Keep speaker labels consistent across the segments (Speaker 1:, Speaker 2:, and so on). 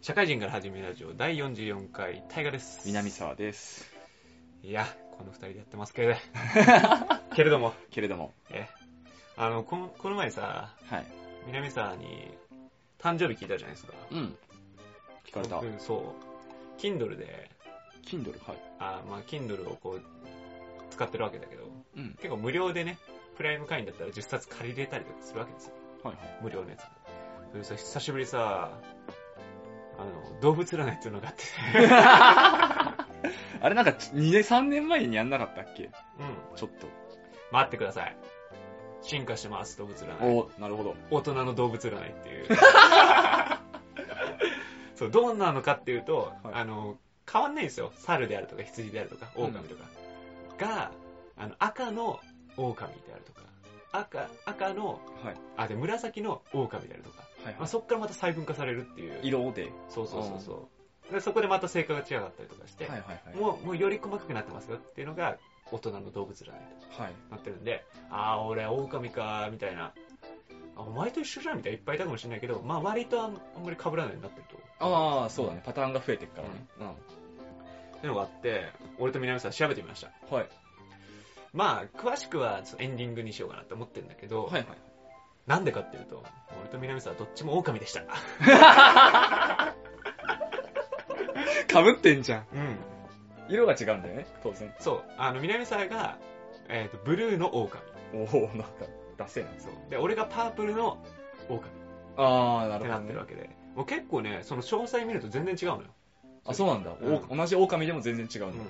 Speaker 1: 社会人から始めるラジオ第44回大河です
Speaker 2: 南沢です。
Speaker 1: いやこの2人でやってますけ れどけれども
Speaker 2: けれども、
Speaker 1: えあのこのこの前さ
Speaker 2: はい。
Speaker 1: 南沢に誕生日聞いたじゃないですか
Speaker 2: うん。聞かれた。
Speaker 1: 僕そう Kindle で
Speaker 2: Kindle、はい。
Speaker 1: あまあ Kindle をこう使ってるわけだけど
Speaker 2: うん。
Speaker 1: 結構無料でねプライム会員だったら10冊借りれたりとかするわけですよ
Speaker 2: はいはい。
Speaker 1: 無料のやつそれさ久しぶりさあの動物占いっていうのがあって
Speaker 2: あれなんか、2年、3年前にやんなかったっけ
Speaker 1: うん
Speaker 2: ちょっと。
Speaker 1: 待ってください。進化してます、動物占い。
Speaker 2: おなるほど。
Speaker 1: 大人の動物占いって いう。そう、どんなのかっていうと、
Speaker 2: はい
Speaker 1: あの、変わんないんですよ。猿であるとか、羊であるとか、狼とか。が、あの、赤の狼であるとか、赤、赤の、
Speaker 2: はい。
Speaker 1: あ、で、紫の狼であるとか。
Speaker 2: はい
Speaker 1: ま
Speaker 2: は
Speaker 1: あ、そっからまた細分化されるっていう。
Speaker 2: い。色で。
Speaker 1: そうそうそうそう。で、そこでまた成果が違かったりとかして、
Speaker 2: いはいは
Speaker 1: もう、もうより細かくなってますよっていうのが、大人の動物占いと。
Speaker 2: はい。
Speaker 1: なってるんで、ああ、俺、狼か、みたいな。あお前と一緒じゃんみたいないっぱいいたかもしれないけど、まあ割とあんあんまり被らないようになってると。
Speaker 2: ああ、そうだね。パターンが増えてくからね。うん。
Speaker 1: っていうのがあって、俺と南さん調べてみました。
Speaker 2: はい。
Speaker 1: まあ、詳しくはちょっとエンディングにしようかなって思ってるんだけど、
Speaker 2: はいはい。
Speaker 1: なんでかっていうと、俺と南さんはどっちも狼でした。
Speaker 2: かぶってんじゃん。
Speaker 1: うん。
Speaker 2: 色が違うんだよね、当然。
Speaker 1: そう、あの、南さんが、えっ、と、ブルーの狼。
Speaker 2: おおなんか、ダセえな。
Speaker 1: そう。で、俺がパープルの狼っ
Speaker 2: ああ、な
Speaker 1: て
Speaker 2: る
Speaker 1: な
Speaker 2: ほ
Speaker 1: っ
Speaker 2: ど
Speaker 1: て
Speaker 2: ね
Speaker 1: るわ。けで、もう結構ね、その詳細見ると全然違うのよ。
Speaker 2: あ、そうなんだ。
Speaker 1: う
Speaker 2: お同じ狼でも全然違うんだ。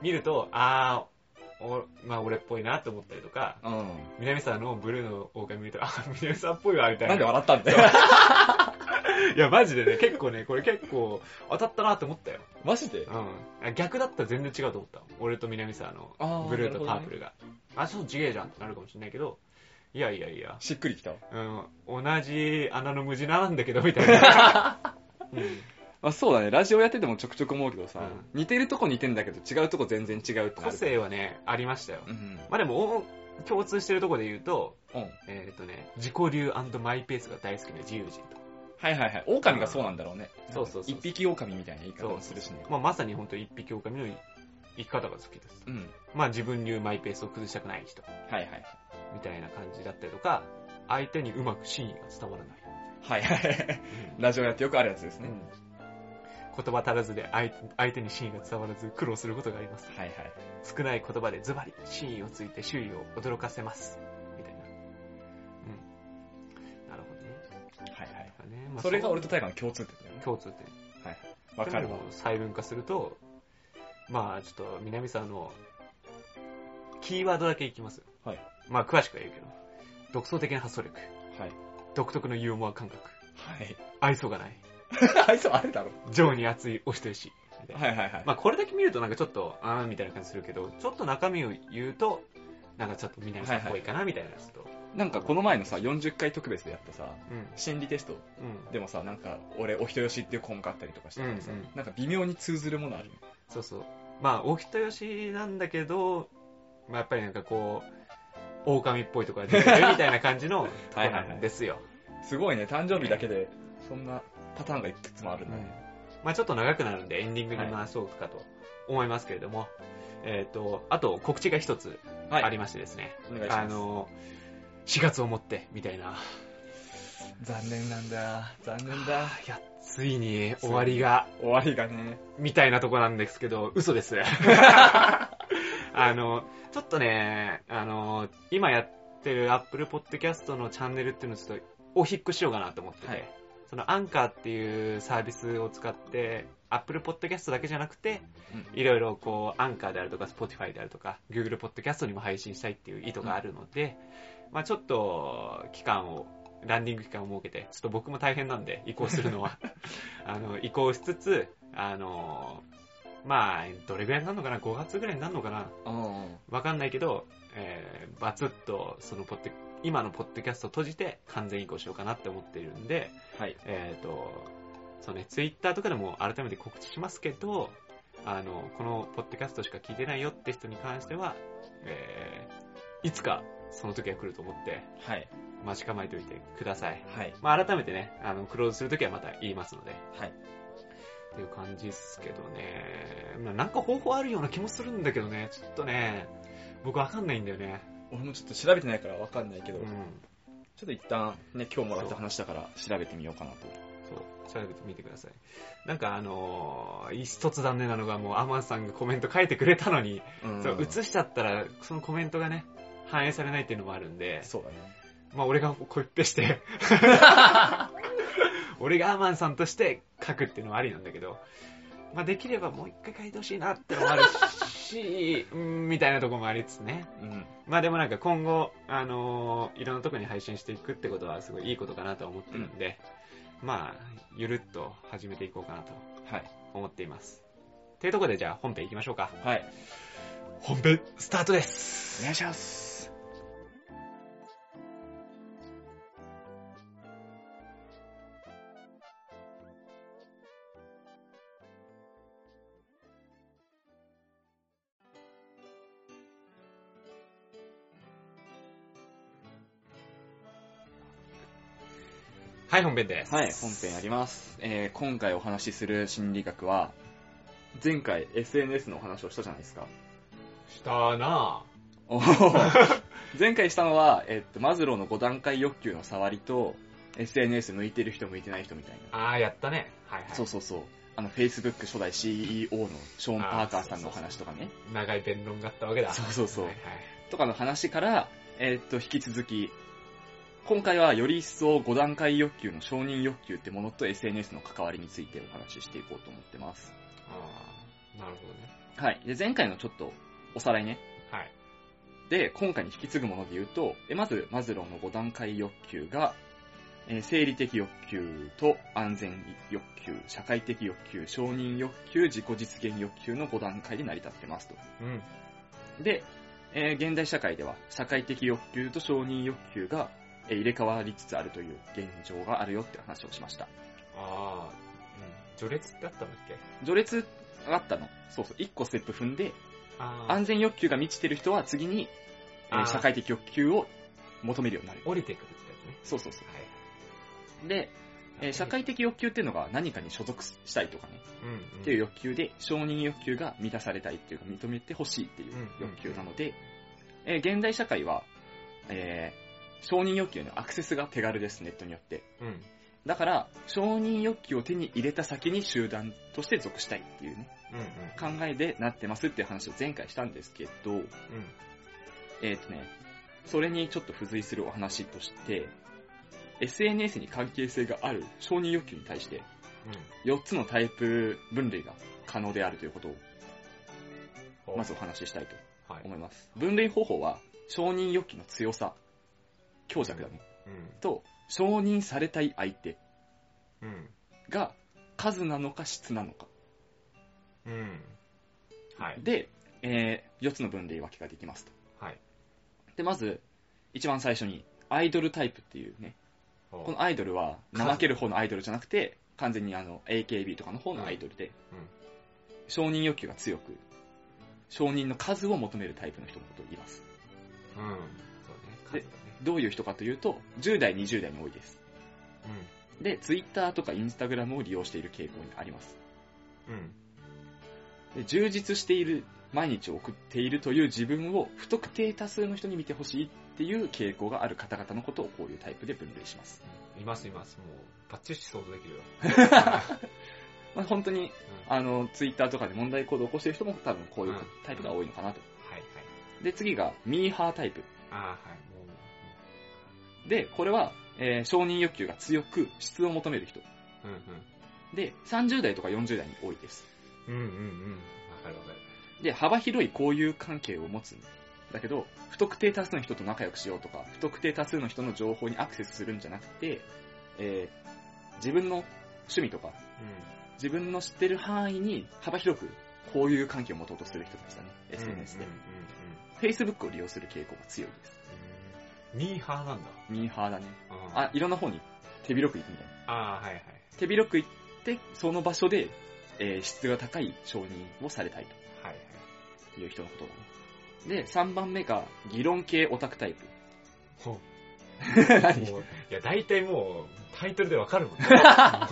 Speaker 1: 見ると、あー、おまあ俺っぽいなと思ったりとか、
Speaker 2: うん。
Speaker 1: 南沢のブルーの狼見ると、あ、南沢っぽいわ、みたいな。
Speaker 2: なんで笑ったんだよ。
Speaker 1: いや、マジでね、結構ね、これ結構当たったなと思ったよ。
Speaker 2: マジで
Speaker 1: うん。逆だったら全然違うと思った。俺と南沢
Speaker 2: あ
Speaker 1: の
Speaker 2: ー
Speaker 1: ブルーとパ
Speaker 2: なるほどね
Speaker 1: ープルが。あ、そう、ちげえじゃんってなるかもしれないけど、いやいやいや、
Speaker 2: しっくりきたわ。
Speaker 1: うん、同じ穴の無地なんだけど、みたいな。 うん
Speaker 2: まあ、そうだねラジオやっててもちょくちょく思うけどさ、
Speaker 1: うん
Speaker 2: 似てるとこ似てんだけど違うとこ全然違うってな
Speaker 1: 個
Speaker 2: る
Speaker 1: 性はね、ありましたよ。
Speaker 2: うん
Speaker 1: まあでも、お共通してるとこで言うと、
Speaker 2: うん、
Speaker 1: えっ、とね、自己流マイペースが大好きな自由人と。
Speaker 2: はいはいはい狼がそうなんだろうね、
Speaker 1: うんそうそうそう
Speaker 2: 一匹狼みたいな言い方もするしね
Speaker 1: まあ、まさに本当に一匹狼の生き方が好きです。
Speaker 2: うん
Speaker 1: まあ自分流マイペースを崩したくない人、
Speaker 2: はいはい
Speaker 1: みたいな感じだったりとか、相手にうまく真意が伝わらない。
Speaker 2: はいはいラジオやってよくあるやつです
Speaker 1: う
Speaker 2: ね、
Speaker 1: ん言葉足らずで相相手に真意が伝わらず苦労することがあります。
Speaker 2: はいはい
Speaker 1: 少ない言葉でズバリ真意をついて周囲を驚かせます。みたいな。うん。なるほどね
Speaker 2: はいはい
Speaker 1: だからね。まあ
Speaker 2: それが俺と大河の共通点だよね
Speaker 1: 共通点。
Speaker 2: わかる
Speaker 1: で
Speaker 2: わ
Speaker 1: も細分化すると、まあちょっと南さんの、キーワードだけいきますよ。
Speaker 2: はい
Speaker 1: まあ詳しくは言うけど、独創的な発想力、
Speaker 2: はい
Speaker 1: 独特のユーモア感覚、
Speaker 2: はい
Speaker 1: 愛想がない、
Speaker 2: 愛 想あるだろ
Speaker 1: 情に熱いお人よし。みたいな
Speaker 2: はいはいはい、
Speaker 1: まあこれだけ見るとなんかちょっと、あーみたいな感じするけど、ちょっと中身を言うと、なんかちょっと南さんっぽいかなみたいなやつと。
Speaker 2: なんかこの前のさ40回特別でやったさ
Speaker 1: うん。
Speaker 2: 心理テスト
Speaker 1: うん。
Speaker 2: でもさなんか俺お人よしっていう項目あったりとかしたからさ、
Speaker 1: うんうん
Speaker 2: なんか微妙に通ずるものあるよね
Speaker 1: そうそう。まあ、お人よしなんだけど、まあやっぱりなんかこう、狼っぽいとこが出てるみたいな感じのとこ
Speaker 2: はい
Speaker 1: な
Speaker 2: はいはい
Speaker 1: んですよ。
Speaker 2: すごいね、誕生日だけで、そんなパターンがいくつもあるんだ
Speaker 1: うん
Speaker 2: ね。
Speaker 1: まあちょっと長くなるんでエンディングに回そうかと思いますけれども、えっ、と、あと告知が一つ
Speaker 2: は
Speaker 1: ありましてですね、
Speaker 2: お願いします。
Speaker 1: あの、4月をもってみたいな、
Speaker 2: 残念なんだ、残念だ。
Speaker 1: いや、ついに終わりが、
Speaker 2: 終わりがね。
Speaker 1: みたいなとこなんですけど、嘘です。 あの、ちょっとね、あの、今やってる Apple Podcast のチャンネルっていうのをちょっとお引っ越ししようかなと思ってて、
Speaker 2: はい
Speaker 1: そのアンカーっていうサービスを使って、Apple Podcast だけじゃなくて、いろいろこう、アンカーであるとか、Spotify であるとか、Google Podcast にも配信したいっていう意図があるので、まあちょっと、期間を、ランディング期間を設けて、ちょっと僕も大変なんで、移行するのは。あの、移行しつつ、あの、まあどれぐらいになるのかな ?5 月ぐらいになるのかな
Speaker 2: うん。
Speaker 1: わかんないけど、えー、バツッと、そのポッド今のポッドキャストを閉じて完全移行しようかなって思っているんで、
Speaker 2: はい。
Speaker 1: えっ、と、そうね、ツイッターとかでも改めて告知しますけど、あの、このポッドキャストしか聞いてないよって人に関しては、えー、いつかその時が来ると思って、
Speaker 2: はい。
Speaker 1: 待ち構えておいてください。
Speaker 2: はい。
Speaker 1: まあ、改めてね、あの、クローズするときはまた言いますので、
Speaker 2: はい。
Speaker 1: っていう感じっすけどね。まあなんか方法あるような気もするんだけどね、ちょっとね、僕わかんないんだよね。
Speaker 2: 俺もちょっと調べてないからわかんないけ
Speaker 1: う
Speaker 2: ど、ち
Speaker 1: ん。
Speaker 2: ょっと一旦ね、今日もらった話だから調べてみようかなと。
Speaker 1: そう、調べてみてください。なんかあのー一つ残念なのがもうアマンさんがコメント書いてくれたのに、
Speaker 2: うん
Speaker 1: そう、映しちゃったら、そのコメントがね、反映されないっていうのもあるんで、
Speaker 2: そうだね。
Speaker 1: まあ俺がコピペして、俺がアマンさんとして書くっていうのはありなんだけど、まあできればもう一回書いてほしいなってのもあるし、うんみたいなとこもありつつね。
Speaker 2: うん。
Speaker 1: まあでもなんか今後、あのーいろんなとこに配信していくってことはすごいいいことかなと思ってるんで、まあ、ゆるっと始めていこうかなと
Speaker 2: はい。
Speaker 1: 思っています。っていうところでじゃあ本編行きましょうか。
Speaker 2: はい。
Speaker 1: 本編スタートです
Speaker 2: お願いします。
Speaker 1: はい、本編です。
Speaker 2: はい、本編やります。えー、今回お話しする心理学は、前回 SNS のお話をしたじゃないですか。
Speaker 1: したなぁ。
Speaker 2: おー前回したのは、えっと、マズローの5段階欲求の触りと、SNS 向いてる人向いてない人みたいな。
Speaker 1: あー、やったね。はいはい。
Speaker 2: そうそうそう。あの、Facebook 初代 CEO のショーン・パーカーさんのお話とかね。
Speaker 1: 長い弁論があったわけだ。
Speaker 2: そうそうそう
Speaker 1: はいはい。
Speaker 2: とかの話から、えっと、引き続き、今回はより一層5段階欲求の承認欲求ってものと SNS の関わりについてお話ししていこうと思ってます。
Speaker 1: あー、なるほどね。
Speaker 2: はい。で、前回のちょっとおさらいね。
Speaker 1: はい。
Speaker 2: で、今回に引き継ぐもので言うと、えまず、マズローの5段階欲求が、えー生理的欲求と安全欲求、社会的欲求、承認欲求、自己実現欲求の5段階で成り立ってますと。
Speaker 1: うん。
Speaker 2: で、えー現代社会では、社会的欲求と承認欲求が、えー入れ替わりつつあるという現状があるよって話をしました。
Speaker 1: あー、うん。序列ってあったんだっけ
Speaker 2: 序列があったの。そうそう、1個ステップ踏んで、
Speaker 1: あー、
Speaker 2: 安全欲求が満ちてる人は次に、えー
Speaker 1: あー
Speaker 2: 社会的欲求を求めるようになる。
Speaker 1: 降りてくるってやつね。
Speaker 2: そうそうそう。
Speaker 1: はい。
Speaker 2: で、えー社会的欲求っていうのが何かに所属したいとかね、
Speaker 1: うん、うん、
Speaker 2: っていう欲求で、承認欲求が満たされたいっていうか、認めてほしいっていう欲求なので、えー現代社会は、えー承認欲求へのアクセスが手軽です、ネットによって。
Speaker 1: うん。
Speaker 2: だから、承認欲求を手に入れた先に集団として属したいっていうね、
Speaker 1: うんうん。
Speaker 2: 考えでなってますっていう話を前回したんですけど、
Speaker 1: うん。
Speaker 2: えーとね、それにちょっと付随するお話として、SNS に関係性がある承認欲求に対して、
Speaker 1: う
Speaker 2: 4つのタイプ分類が可能であるということを、
Speaker 1: ん。
Speaker 2: まずお話ししたいと
Speaker 1: はい。
Speaker 2: 思います。分類方法は、承認欲求の強さ、強弱だね、
Speaker 1: う
Speaker 2: と、承認されたい相手
Speaker 1: ん。うん。
Speaker 2: が数なのか質なのか。
Speaker 1: うん。はい。
Speaker 2: で、え4つの分類分けができますと。
Speaker 1: はい。
Speaker 2: で、まず、一番最初に、アイドルタイプっていうね、こ
Speaker 1: こ
Speaker 2: のアイドルは、怠ける方のアイドルじゃなくて、完全にあの、AKB とかの方のアイドルで、
Speaker 1: うんうん
Speaker 2: 承認欲求が強く、承認の数を求めるタイプの人のことを言います。
Speaker 1: うん。そうね。数だね。
Speaker 2: どういう人かというと、10代、20代に多いです。
Speaker 1: う
Speaker 2: で、Twitter とか Instagram を利用している傾向にあります。
Speaker 1: ん。うん。
Speaker 2: で充実している、毎日を送っているという自分を不特定多数の人に見てほしいっていう傾向がある方々のことをこういうタイプで分類します。
Speaker 1: いますいます。もう、バッチリ想像でき るよ。
Speaker 2: まあ、本当に、
Speaker 1: うん
Speaker 2: あの、Twitter とかで問題行動を起こしている人も多分こういううんタイプが多いのかなと。
Speaker 1: はいはい。
Speaker 2: で、次が、ミーハータイプ。
Speaker 1: ああ、はい。もう、
Speaker 2: で、これは、えー承認欲求が強く、質を求める人。
Speaker 1: うん
Speaker 2: で、30代とか40代に多いです。
Speaker 1: うん。うんうんうん。わかるわかる。
Speaker 2: で、幅広い交友関係を持つんだけど、不特定多数の人と仲良くしようとか、不特定多数の人の情報にアクセスするんじゃなくて、えー自分の趣味とか、自分の知ってる範囲に幅広く交友関係を持とうとする人たちだね、
Speaker 1: うん。
Speaker 2: SNS で
Speaker 1: うん。うん
Speaker 2: Facebook を利用する傾向が強いです。
Speaker 1: うん。ミーハーなんだ。
Speaker 2: ミーハーだね。
Speaker 1: あ
Speaker 2: あ、いろんな方に手広く行くみたいな。
Speaker 1: あー、はいはい。
Speaker 2: 手広く行って、その場所で、えー質が高い承認をされたい
Speaker 1: はいはい。
Speaker 2: という人のことだね。で、3番目が、議論系オタクタイプ。
Speaker 1: ほ
Speaker 2: 何
Speaker 3: もういや、大体もう、タイトルでわかるもんね。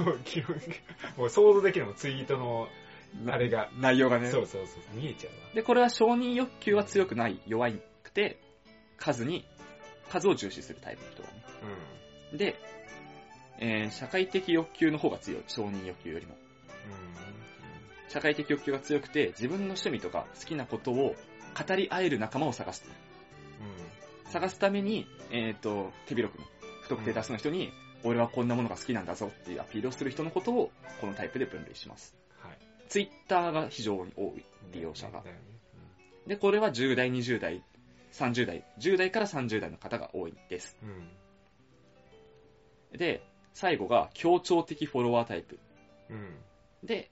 Speaker 3: もう基本もう想像できるもん、ツイートの、あれが。
Speaker 2: 内容がね。
Speaker 3: そうそうそう、見えちゃうわ。
Speaker 2: で、これは承認欲求は強くない、弱いくて、数に、数を重視するタイプの人がね。
Speaker 3: う
Speaker 2: で、えー社会的欲求の方が強い、承認欲求よりも。
Speaker 3: ん。
Speaker 2: 社会的欲求が強くて、自分の趣味とか好きなことを語り合える仲間を探す。探すために、えっ、と、手広くね、不特定多数の人に、俺はこんなものが好きなんだぞっていうアピールをする人のことを、このタイプで分類します。
Speaker 3: はい。
Speaker 2: ツイッターが非常に多い、利用者が。
Speaker 3: だよね
Speaker 2: で、これは10代、20代、30代、10代から30代の方が多いです。
Speaker 3: うん。うん
Speaker 2: で、最後が協調的フォロワータイプ。
Speaker 3: うん。
Speaker 2: で、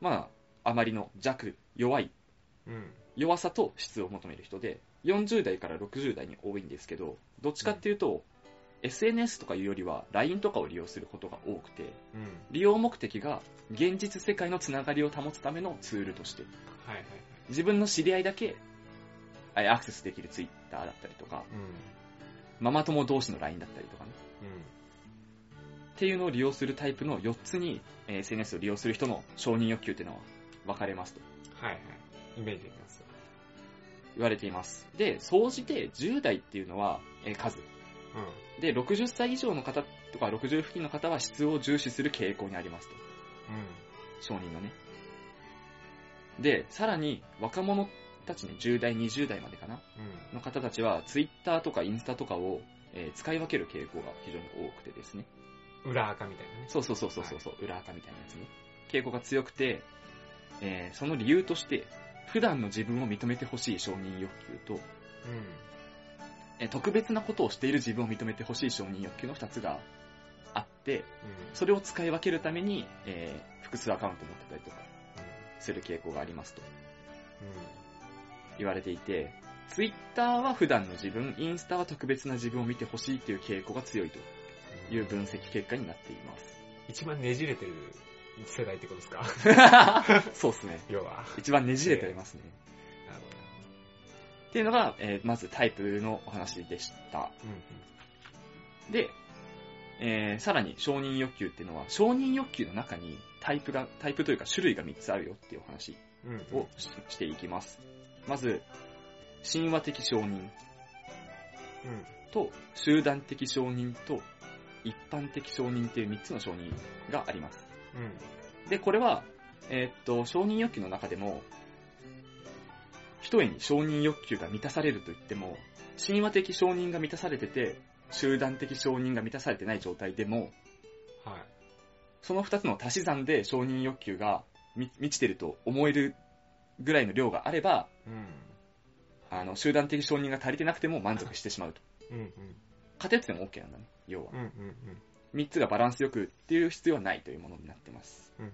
Speaker 2: まあ、あまりの弱、弱い、
Speaker 3: うん。
Speaker 2: 弱さと質を求める人で、40代から60代に多いんですけど、どっちかっていうと、SNS とかいうよりは LINE とかを利用することが多くて、
Speaker 3: うん。
Speaker 2: 利用目的が現実世界のつながりを保つためのツールとして、
Speaker 3: はいはいはい。
Speaker 2: 自分の知り合いだけあアクセスできる Twitter だったりとか、
Speaker 3: うん。
Speaker 2: ママ友同士の LINE だったりとかね。っていうのを利用するタイプの4つに、えー SNS を利用する人の承認欲求っていうのは分かれますと
Speaker 3: うん。はいはい。イメージできます。
Speaker 2: 言われています。で、総じて10代っていうのは、えー数。
Speaker 3: うん。
Speaker 2: で、60歳以上の方とか60付近の方は質を重視する傾向にありますと。
Speaker 3: う
Speaker 2: 承認のね。で、さらに若者たちね、10代、20代までかな、
Speaker 3: ん。うん。
Speaker 2: の方たちは Twitter とかインスタとかを、えー使い分ける傾向が非常に多くてですね。
Speaker 3: 裏垢みたいなね。
Speaker 2: そうそうそうそうそう、裏垢みたいなやつね。傾向が強くて、えーその理由として、普段の自分を認めてほしい承認欲求と、
Speaker 3: う
Speaker 2: えー特別なことをしている自分を認めてほしい承認欲求の2つがあって、
Speaker 3: ん。うん。
Speaker 2: それを使い分けるために、えー複数アカウント持ってたりとかする傾向がありますと言われていて、Twitter は普段の自分、インスタは特別な自分を見てほしいという傾向が強いと
Speaker 3: うん。
Speaker 2: い
Speaker 3: うん
Speaker 2: う分析結果になっています。
Speaker 3: 一番ねじれてる世代ってことですか
Speaker 2: そうですね。
Speaker 3: 要は。
Speaker 2: 一番ねじれていますね。
Speaker 3: なるほど。
Speaker 2: っていうのが、えーまずタイプのお話でした。
Speaker 3: うんうん。
Speaker 2: で、えーさらに承認欲求っていうのは、承認欲求の中にタイプが、タイプというか種類が3つあるよっていうお話
Speaker 3: うんうん、
Speaker 2: をししていきます。まず、神話的承認
Speaker 3: うん、
Speaker 2: と集団的承認と一般的承認っていう3つの承認があります。
Speaker 3: うん、
Speaker 2: で、これは、えーっと、承認欲求の中でも、一重に承認欲求が満たされると言っても、神話的承認が満たされてて、集団的承認が満たされてない状態でも、
Speaker 3: はい。
Speaker 2: その二つの足し算で承認欲求が満満ちてると思えるぐらいの量があれば、
Speaker 3: うん、
Speaker 2: あの、集団的承認が足りてなくても満足してしまうと。
Speaker 3: うん、うん、
Speaker 2: 偏ってても OK なんだね、要は
Speaker 3: う。ん、うん、
Speaker 2: 三つがバランスよくっていう必要はないというものになってます。
Speaker 3: うん、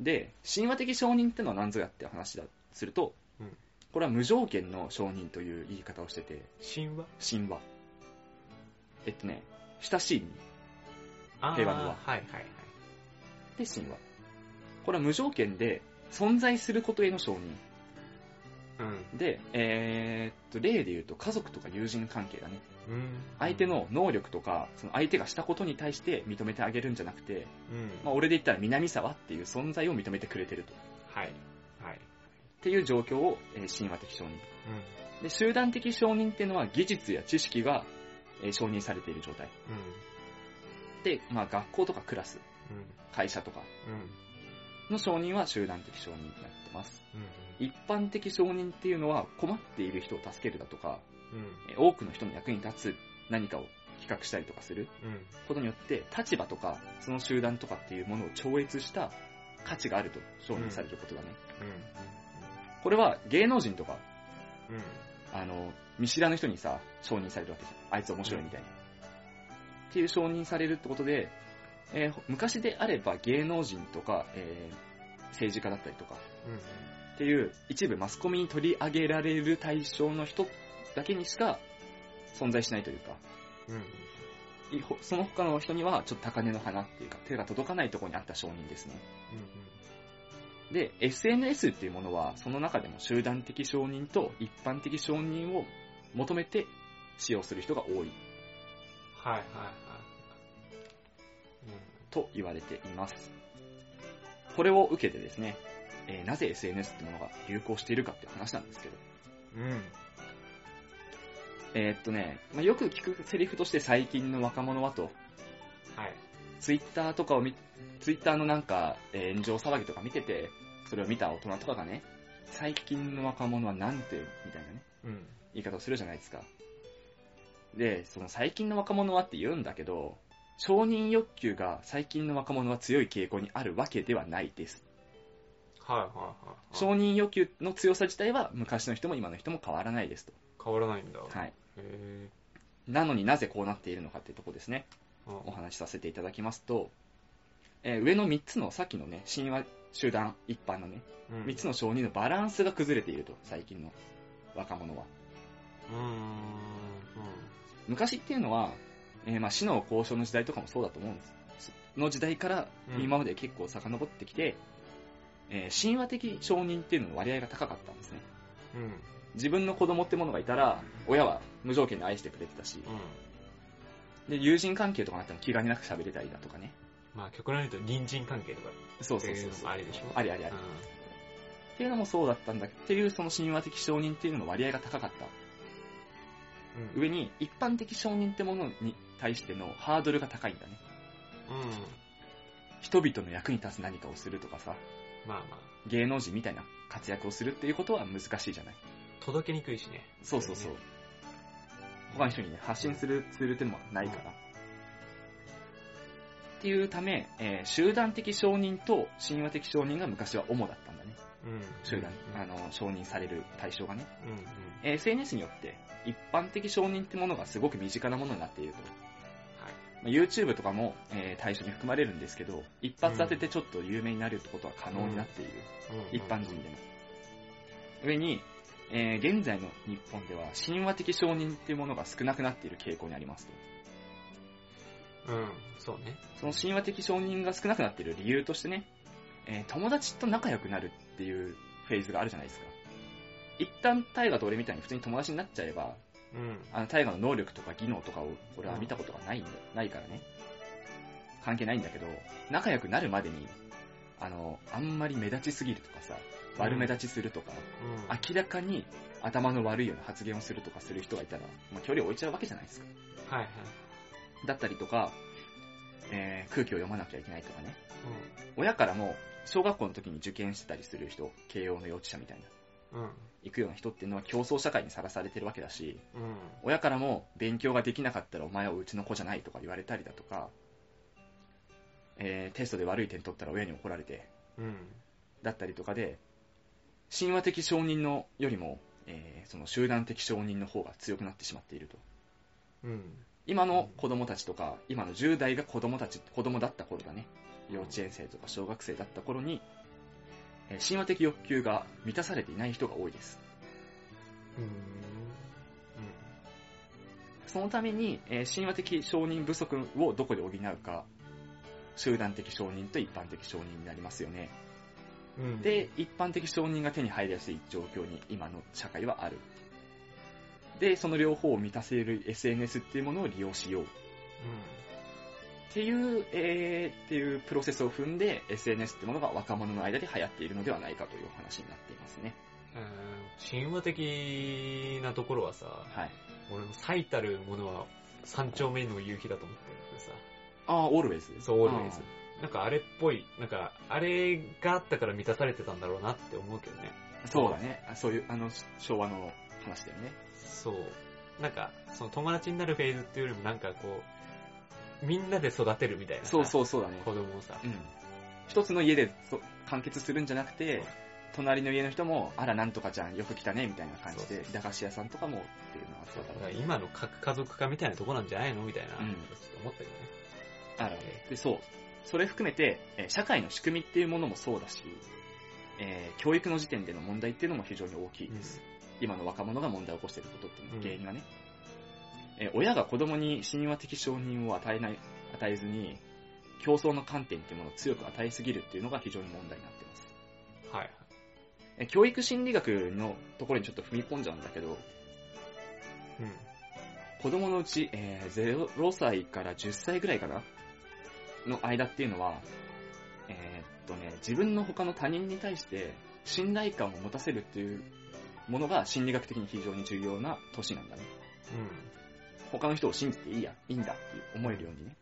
Speaker 2: で、神話的承認ってのは何ぞやって話だすると、
Speaker 3: うん
Speaker 2: これは無条件の承認という言い方をしてて、
Speaker 3: 神話
Speaker 2: 神話。えっとね、親しいに、
Speaker 3: あー
Speaker 2: 平和の
Speaker 3: は
Speaker 2: 和
Speaker 3: い、はい、はい。
Speaker 2: で神話。これは無条件で、存在することへの承認。
Speaker 3: うん、
Speaker 2: で、えーっと、例で言うと家族とか友人関係だね。
Speaker 3: うん。
Speaker 2: 相手、の能力とか、その相手がしたことに対して認めてあげるんじゃなく
Speaker 3: う
Speaker 2: て、
Speaker 3: ん、
Speaker 2: まあ俺で言ったら南沢っていう存在を認めてくれてると。っ
Speaker 3: はい、はい。
Speaker 2: ていう状況を、えー神話的承認。
Speaker 3: うん、
Speaker 2: で、集団的承認っていうのは技術や知識が、えー承認されている状態。
Speaker 3: うん、
Speaker 2: で、まあ学校とかクラス、
Speaker 3: うん、
Speaker 2: 会社とか
Speaker 3: うん、
Speaker 2: の承認は集団的承認になってます。
Speaker 3: うん、
Speaker 2: 一般的承認っていうのは困っている人を助けるだとか、
Speaker 3: うん、
Speaker 2: えー多くの人の役に立つ何かを企画したりとかする
Speaker 3: うん、
Speaker 2: ことによって、立場とか、その集団とかっていうものを超越した価値があると承認されることだね。これは芸能人とか、
Speaker 3: うん、うん、
Speaker 2: あの、見知らぬ人にさ、承認されるわけじゃん。あいつ面白いみたいな。っていう承認されるってことで、えー昔であれば芸能人とか、えー政治家だったりとか、
Speaker 3: うん、
Speaker 2: っていう一部マスコミに取り上げられる対象の人だけにしか存在しないというか、
Speaker 3: うん、
Speaker 2: いほその他の人にはちょっと高値の花っていうか、手が届かないところにあった承認ですね。で、SNS っていうものは、その中でも集団的承認と一般的承認を求めて使用する人が多い
Speaker 1: はいはいはい。
Speaker 2: と言われています。これを受けてですね、えーなぜ SNS ってものが流行しているかっていう話なんですけど、
Speaker 1: うん。うん。
Speaker 2: えーっとね、まあ、よく聞くセリフとして最近の若者はと、
Speaker 1: はい。
Speaker 2: ツイッターとかを見、ツイッターのなんか、えー炎上騒ぎとか見てて、それを見た大人とかがね、最近の若者はなんて、みたいなね、
Speaker 1: うん。
Speaker 2: 言い方をするじゃないですか。で、その最近の若者はって言うんだけど、承認欲求が最近の若者は強い傾向にあるわけではないです。
Speaker 1: はいはいはい
Speaker 2: 承
Speaker 1: はい。
Speaker 2: 認欲求の強さ自体は昔の人も今の人も変わらないですと。
Speaker 1: 変わらないんだ。
Speaker 2: はい。
Speaker 1: へえ。
Speaker 2: なのになぜこうなっているのかっていうとこですね。
Speaker 1: うん
Speaker 2: お話しさせていただきますと、えー上の3つのさっきのね、神話集団一般のね、
Speaker 1: うん
Speaker 2: 3つの承認のバランスが崩れていると、最近の若者は。
Speaker 1: うーん。うん。
Speaker 2: 昔っていうのは、えーまあ死の交渉の時代とかもそうだと思うんです。の時代から
Speaker 1: うん
Speaker 2: 今まで結構遡ってきて、えー神話的承認っていうのの割合が高かったんですね。
Speaker 1: うん。
Speaker 2: 自分の子供ってものがいたら、親は無条件で愛してくれてたし、
Speaker 1: うん。
Speaker 2: で、友人関係とかになっても気兼ねなく喋れたりだとかね。
Speaker 1: まあ、極論言うと、隣人関係とか
Speaker 2: そう
Speaker 1: って
Speaker 2: そう
Speaker 1: い
Speaker 2: そう
Speaker 1: うの
Speaker 2: そう。
Speaker 1: もありでしょ。
Speaker 2: ありありあり。っていうのもそうだったんだっていうその神話的承認っていうのの割合が高かった
Speaker 1: うん。
Speaker 2: 上に一般的承認ってものに対してのハードルが高いんだね
Speaker 1: うん。
Speaker 2: 人々の役に立つ何かをするとかさ
Speaker 1: まあまあ、
Speaker 2: 芸能人みたいな活躍をするっていうことは難しいじゃない
Speaker 1: 届けにくいしね。
Speaker 2: そうそうそう他の人にね発信するツールっていうのはないから、っていうため、えー集団的承認と神話的承認が昔は主だったんだね
Speaker 1: うん。
Speaker 2: 集団、
Speaker 1: うん
Speaker 2: あの承認される対象がね
Speaker 1: うん。うん。
Speaker 2: えー SNS によって一般的承認ってものがすごく身近なものになっていると。
Speaker 1: はい。
Speaker 2: まあ YouTube とかも、えー対象に含まれるんですけど、一発当ててちょっと有名になるってことは可能になっている。
Speaker 1: うん
Speaker 2: 一般人でも。上に、えー現在の日本では神話的承認っていうものが少なくなっている傾向にありますと。
Speaker 1: うん。そうね。
Speaker 2: その神話的承認が少なくなっている理由としてね、えー友達と仲良くなるっていうフェーズがあるじゃないですか。一旦大河と俺みたいに普通に友達になっちゃえば、
Speaker 1: うん。
Speaker 2: あの、大河の能力とか技能とかを俺は見たことがないんだ、ないからね。関係ないんだけど、仲良くなるまでに、あの、あんまり目立ちすぎるとかさ、悪目立ちするとか、
Speaker 1: うん。
Speaker 2: 明らかに頭の悪いような発言をするとかする人がいたら、まあ、距離を置いちゃうわけじゃないですか。
Speaker 1: はいはい。
Speaker 2: だったりとか、えー空気を読まなきゃいけないとかね。
Speaker 1: うん。
Speaker 2: 親からも、小学校の時に受験してたりする人、慶応の幼稚者みたいな、
Speaker 1: うん。
Speaker 2: 行くような人っていうのは競争社会にさらされてるわけだし、
Speaker 1: うん。
Speaker 2: 親からも勉強ができなかったらお前はうちの子じゃないとか言われたりだとか、えーテストで悪い点取ったら親に怒られて、
Speaker 1: うん。
Speaker 2: だったりとかで、神話的承認のよりも、えーその集団的承認の方が強くなってしまっていると。
Speaker 1: うん。
Speaker 2: 今の子供たちとか、今の10代が子供たち、子供だった頃だね。幼稚園生とか小学生だった頃に、えー神話的欲求が満たされていない人が多いです。
Speaker 1: うん。
Speaker 2: そのために、えー神話的承認不足をどこで補うか、集団的承認と一般的承認になりますよね。
Speaker 1: うん。うん、
Speaker 2: で、一般的承認が手に入りやすい状況に今の社会はある。で、その両方を満たせる SNS っていうものを利用しようっ
Speaker 1: う
Speaker 2: ていう、えーっていうプロセスを踏んで SNS ってものが若者の間で流行っているのではないかというお話になっていますね。
Speaker 1: ん。うん。神話的なところはさ、
Speaker 2: はい。
Speaker 1: 俺の最たるものは三丁目の夕日だと思ってるんだけどさ。
Speaker 2: ああ、オールウェイズ
Speaker 1: そう、オールウェイズ。なんかあれっぽい、なんかあれがあったから満たされてたんだろうなって思うけどね。
Speaker 2: そうだね。あそういう、あの、昭和の話だよね。
Speaker 1: そう。なんか、その友達になるフェーズっていうよりもなんかこう、みんなで育てるみたいなさ。
Speaker 2: そうそうそうだね。
Speaker 1: 子供をさ。
Speaker 2: うん。一つの家でそ完結するんじゃなくて、隣の家の人も、あら、なんとかちゃん、よく来たね、みたいな感じ
Speaker 1: そう
Speaker 2: で、駄菓子屋さんとかもっていうのがあっ
Speaker 1: そ
Speaker 2: た
Speaker 1: うだ
Speaker 2: か
Speaker 1: から今の核家族化みたいなとこなんじゃないのみたいな、
Speaker 2: うん
Speaker 1: ちょっと思ったけどね。
Speaker 2: ら。あるで、そう。それ含めて、えー社会の仕組みっていうものもそうだし、えー教育の時点での問題っていうのも非常に大きいです。今の若者が問題を起こしていることっていうの
Speaker 1: う
Speaker 2: は
Speaker 1: ん
Speaker 2: 原因がね。えー親が子供に神話的承認を与えない、与えずに、競争の観点っていうものを強く与えすぎるっていうのが非常に問題になってます。
Speaker 1: はい。
Speaker 2: え教育心理学のところにちょっと踏み込んじゃうんだけど、
Speaker 1: うん。
Speaker 2: 子供のうち、えー、0歳から10歳ぐらいかなの間っていうのは、えーっとね、自分の他の他人に対して信頼感を持たせるっていうものが心理学的に非常に重要な年なんだね。他の人を信じていいや、いいんだって思えるようにね。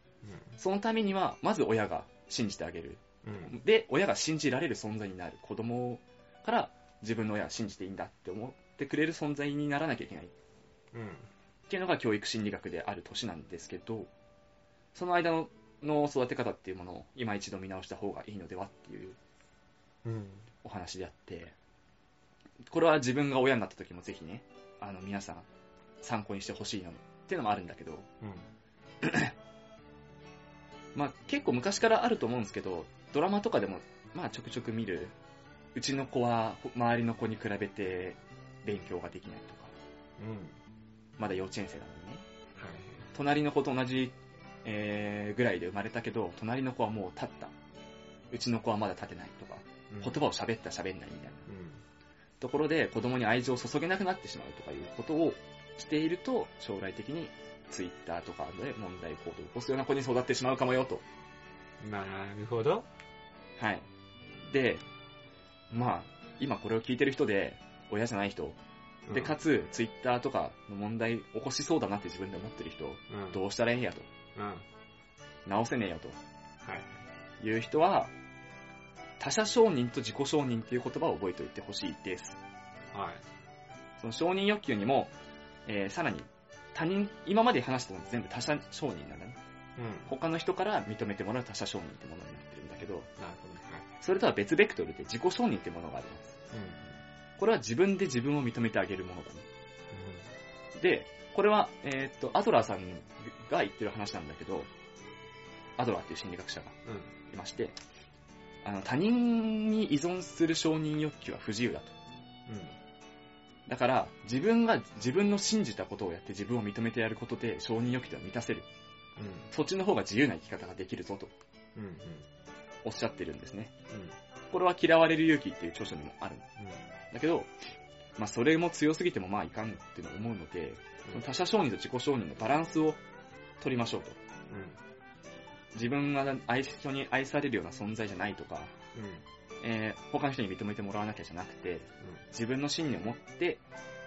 Speaker 2: そのためには、まず親が信じてあげる。
Speaker 1: うん。うん。
Speaker 2: で、親が信じられる存在になる。子供から自分の親を信じていいんだって思ってくれる存在にならなきゃいけない。
Speaker 1: うん。
Speaker 2: っていうのが教育心理学である年なんですけど、その間のの育て方っていうものを今一度見直した方がいいのではっていう
Speaker 1: うん。
Speaker 2: お話であって、これは自分が親になった時もぜひね、あの皆さん参考にしてほしいなっていうのもあるんだけど、
Speaker 1: うん。
Speaker 2: まあ結構昔からあると思うんですけど、ドラマとかでもまあちょくちょく見る、うちの子は周りの子に比べて勉強ができないとか、
Speaker 1: うん。
Speaker 2: まだ幼稚園生なのにね、
Speaker 3: はい。
Speaker 2: 隣の子と同じ、えーぐらいで生まれたけど、隣の子はもう立った。うちの子はまだ立てないとか、
Speaker 1: うん
Speaker 2: 言葉を喋った喋んないみたいな
Speaker 1: うん。
Speaker 2: ところで子供に愛情を注げなくなってしまうとかいうことをしていると、将来的にツイッターとかで問題行動を起こすような子に育ってしまうかもよと。
Speaker 1: なるほど。
Speaker 2: はい。で、まあ、今これを聞いてる人で、親じゃない人、で、かつ、ツイッターとかの問題起こしそうだなって自分で思ってる人、
Speaker 1: うん、
Speaker 2: どうしたらええんやと。
Speaker 1: うん。はい。
Speaker 2: 直せねえよと。いう人は、他者承認と自己承認っていう言葉を覚えておいてほしいです。
Speaker 1: はい。
Speaker 2: その承認欲求にも、えーさらに、他人、今まで話したのは全部他者承認なんだね。
Speaker 1: うん。
Speaker 2: 他の人から認めてもらう他者承認ってものになってるんだけど、
Speaker 1: なるほどね。
Speaker 2: それとは別ベクトルで自己承認ってものがあります。
Speaker 1: はい。うん。
Speaker 2: これは自分で自分を認めてあげるものだね。で、これは、えーっと、アドラーさんが言ってる話なんだけど、アドラーっていう心理学者が
Speaker 1: うん。うん。
Speaker 2: いまして、あの、他人に依存する承認欲求は不自由だと。だから、自分が自分の信じたことをやって自分を認めてやることで承認欲求は満たせる。そっちの方が自由な生き方ができるぞと
Speaker 1: うん。うん。うん。
Speaker 2: おっしゃってるんですね。これは嫌われる勇気っていう著書にもあるんだけど、まあそれも強すぎてもまあいかんっていうのを思うので、その他者承認と自己承認のバランスを取りましょうと。自分が愛人に愛されるような存在じゃないとか、
Speaker 1: うん。うん。
Speaker 2: えー他の人に認めてもらわなきゃじゃなくて、自分の信念を持って、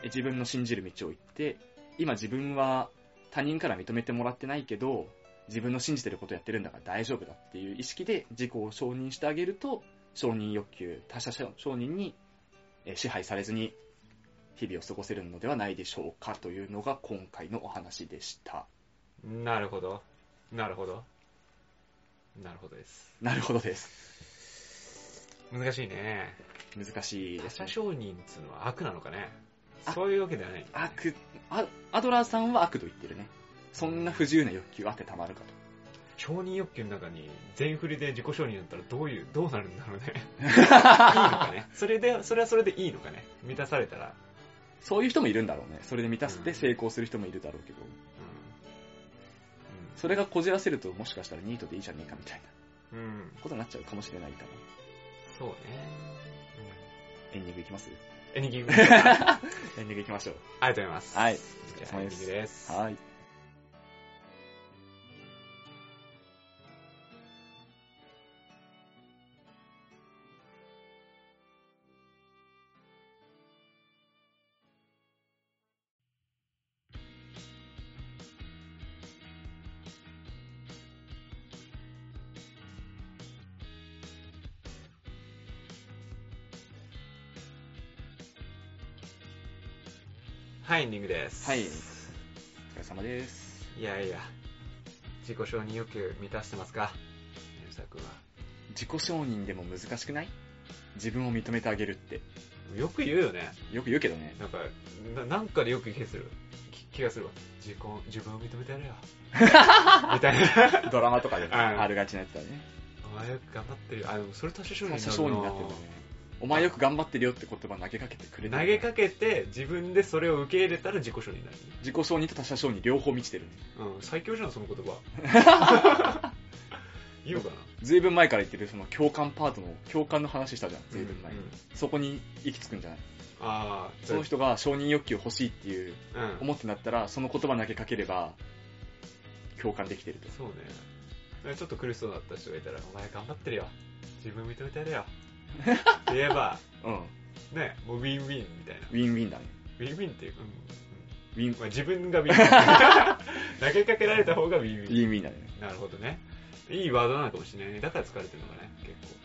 Speaker 2: え自分の信じる道を行って、今自分は他人から認めてもらってないけど、自分の信じてることやってるんだから大丈夫だっていう意識で自己を承認してあげると、承認欲求、他者承認にえー支配されずに日々を過ごせるのではないでしょうかというのが今回のお話でした。
Speaker 1: うん。なるほど。なるほど。なるほどです。
Speaker 2: なるほどです。
Speaker 1: 難しいね。
Speaker 2: 難しいで
Speaker 1: 他
Speaker 2: す、
Speaker 1: 者。
Speaker 2: ね
Speaker 1: 承認っつうのは悪なのかね。
Speaker 2: あ
Speaker 1: そういうわけではない。
Speaker 2: 悪、あアドラーさんは悪と言ってるね。そんな不自由な欲求あってたまるかと。
Speaker 1: 承認欲求の中に全振りで自己承認だったらどういう、どうなるん だろうね。いいのかね。それで、それはそれでいいのかね。満たされたら。
Speaker 2: そういう人もいるんだろうね。それで満たして成功する人もいるだろうけど、それがこじらせるともしかしたらニートでいいじゃねえかみたいな
Speaker 1: うん。うん。うん。
Speaker 2: ことになっちゃうかもしれないから。
Speaker 1: そうね。
Speaker 2: エンディングいきます
Speaker 1: うん。エニギング。ありがと
Speaker 2: エンディングいきましょう。
Speaker 1: うございます。
Speaker 2: はい。
Speaker 1: じゃあエニギングです。
Speaker 2: はい。
Speaker 1: はい、エンディングです。
Speaker 2: はい。お疲れ様です。
Speaker 1: いやいや、自己承認欲求満たしてますかゆうさくんは。
Speaker 2: 自己承認でも難しくない自分を認めてあげるって。
Speaker 1: よく言うよね。
Speaker 2: よく言うけどね。
Speaker 1: なんか、ななんかでよく気がする。き気がするわ。自己、自分を認めてや れよ。みたいな。
Speaker 2: ドラマとか でも
Speaker 1: はい
Speaker 2: あるがちなやつだね。
Speaker 1: お前よく頑張ってるよ。あ、でもそれ達成承認
Speaker 2: 他
Speaker 1: にな
Speaker 2: 者
Speaker 1: る
Speaker 2: 承認
Speaker 1: な
Speaker 2: になってるね。お前よく頑張ってるよって言葉投げかけてくれて
Speaker 1: 投
Speaker 2: る
Speaker 1: げかけて、自分でそれを受け入れたら自己承認になる。
Speaker 2: 自己承認と他者承認両方満ちてる。
Speaker 1: うん、最強じゃん、その言葉。 言おうかな。
Speaker 2: ずいぶん前から言ってるその共感パートの共感の話したじゃん。ずいぶん前
Speaker 1: うん
Speaker 2: に。そこに行き着くんじゃない
Speaker 1: あ
Speaker 2: その人が承認欲求欲しいっていう
Speaker 1: あ、うん。
Speaker 2: 思ってんだったら、その言葉投げかければ、共感できてると。
Speaker 1: そうね。なんかちょっと苦しそうだった人がいたら、お前頑張ってるよ。自分認めてやれよ。って言えば、
Speaker 2: うん。
Speaker 1: ね、もうウィンウィンみたい な。
Speaker 2: ウィンウィンだね。
Speaker 1: ウィンウィンっていうか、うん
Speaker 2: ウィン、ウ
Speaker 1: まあ、自分がウィンウィ ン。投げかけられた方がウィンウィン。
Speaker 2: ィンウィンだね。
Speaker 1: なるほどね。いいワードなのかもしれないね。だから疲れてるのかね、結構。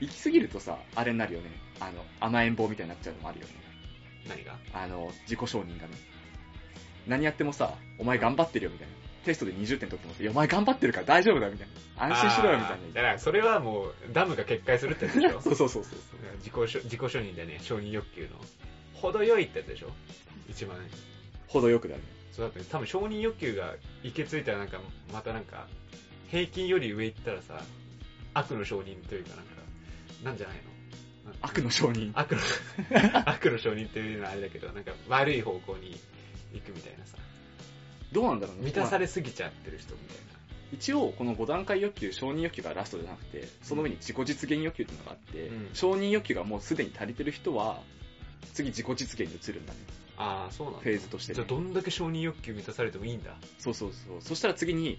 Speaker 2: 行き過ぎるとさ、あれになるよね。あの、甘えん坊みたいになっちゃうのもあるよね。
Speaker 1: 何が
Speaker 2: あの、自己承認がね。何やってもさ、お前頑張ってるよみたいな。テストで20点取ってもさ、いや、お前頑張ってるから大丈夫だみたいな。安心しろよみたい
Speaker 1: あーだから、それはもう、ダムが決壊するってやつでし
Speaker 2: な。
Speaker 1: ょ
Speaker 2: そうそうそうそう。
Speaker 1: 自己承自己承認でね、承認欲求の。程よいってやつでしょ一番。
Speaker 2: 程よくだね。
Speaker 1: そうだって、多分承認欲求がいけついたらなんか、またなんか、平均より上行ったらさ、悪の承認というかなんか、なんじゃないのな
Speaker 2: 悪の承認。
Speaker 1: 悪の、 悪の承認っていうのはあれだけど、なんか悪い方向に行くみたいなさ、
Speaker 2: どうなんだろうね。
Speaker 1: 満たさ
Speaker 2: まあ
Speaker 1: れすぎちゃってる人みたいな。
Speaker 2: 一応、この5段階欲求、承認欲求がラストじゃなくて、その上に自己実現欲求っていうのがあって、
Speaker 1: うん
Speaker 2: 承認欲求がもうすでに足りてる人は、次自己実現に移るんだね。
Speaker 1: ああ、そうなんだ。
Speaker 2: フェーズとしてね
Speaker 1: じゃあ、どんだけ承認欲求満たされてもいいんだ。
Speaker 2: そうそうそう。そしたら次に、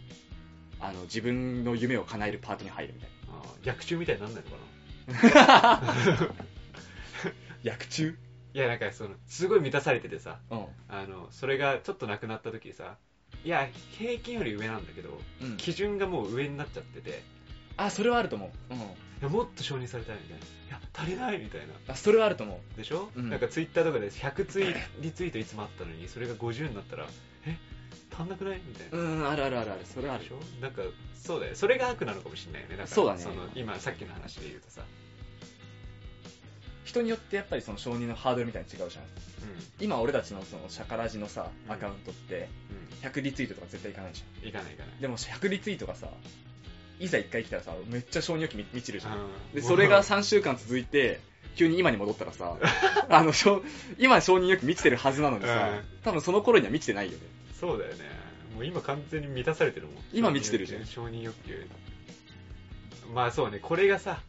Speaker 2: あの、自分の夢を叶えるパートに入るみたい
Speaker 1: あー逆中みたいになんないのかな
Speaker 2: な。薬中
Speaker 1: いや、なんかその、すごい満たされててさ、
Speaker 2: うん。
Speaker 1: あの、それがちょっとなくなった時にさ、いや、平均より上なんだけど、
Speaker 2: うん。
Speaker 1: 基準がもう上になっちゃってて、い
Speaker 2: あ、それはあると思う。うん。
Speaker 1: やもっと承認されたいみたいな。いや、足りないみたいな。
Speaker 2: あ、それはあると思う。
Speaker 1: でしょ、
Speaker 2: うん
Speaker 1: なんかツイッターとかで100ツイリツイートいつもあったのに、それが50になったら、え足んなくないみたいな。
Speaker 2: うん、あるあるあるある。それはあ
Speaker 1: で
Speaker 2: る
Speaker 1: し。ょなんか、そうだよ。それが悪なのかもしれないよね。だから
Speaker 2: そうだね
Speaker 1: その、今、さっきの話で言うとさ。
Speaker 2: 人によってやっぱりその承認のハードルみたいに違うじゃん。
Speaker 1: う
Speaker 2: 今俺たちのそのシャカラジのさ、
Speaker 1: うん
Speaker 2: アカウントって、
Speaker 1: ん。う
Speaker 2: 100リツイートとか絶対いかないじゃ
Speaker 1: ん。いかないいかない
Speaker 2: ん。。でも100リツイートがさ、いざ1回来たらさ、めっちゃ承認欲求満ちるじゃん。
Speaker 1: うん
Speaker 2: で、それが、3週間続いて、急に今に戻ったら さ、あの、しょ今承認欲求満ちてるはずなのにさ、
Speaker 1: うん
Speaker 2: 多分その頃には満ちてないよね。
Speaker 1: そうだよね。もう今完全に満たされてるもん。
Speaker 2: 今満ちてるじゃん
Speaker 1: 承認欲求。まあそうね、これがさ、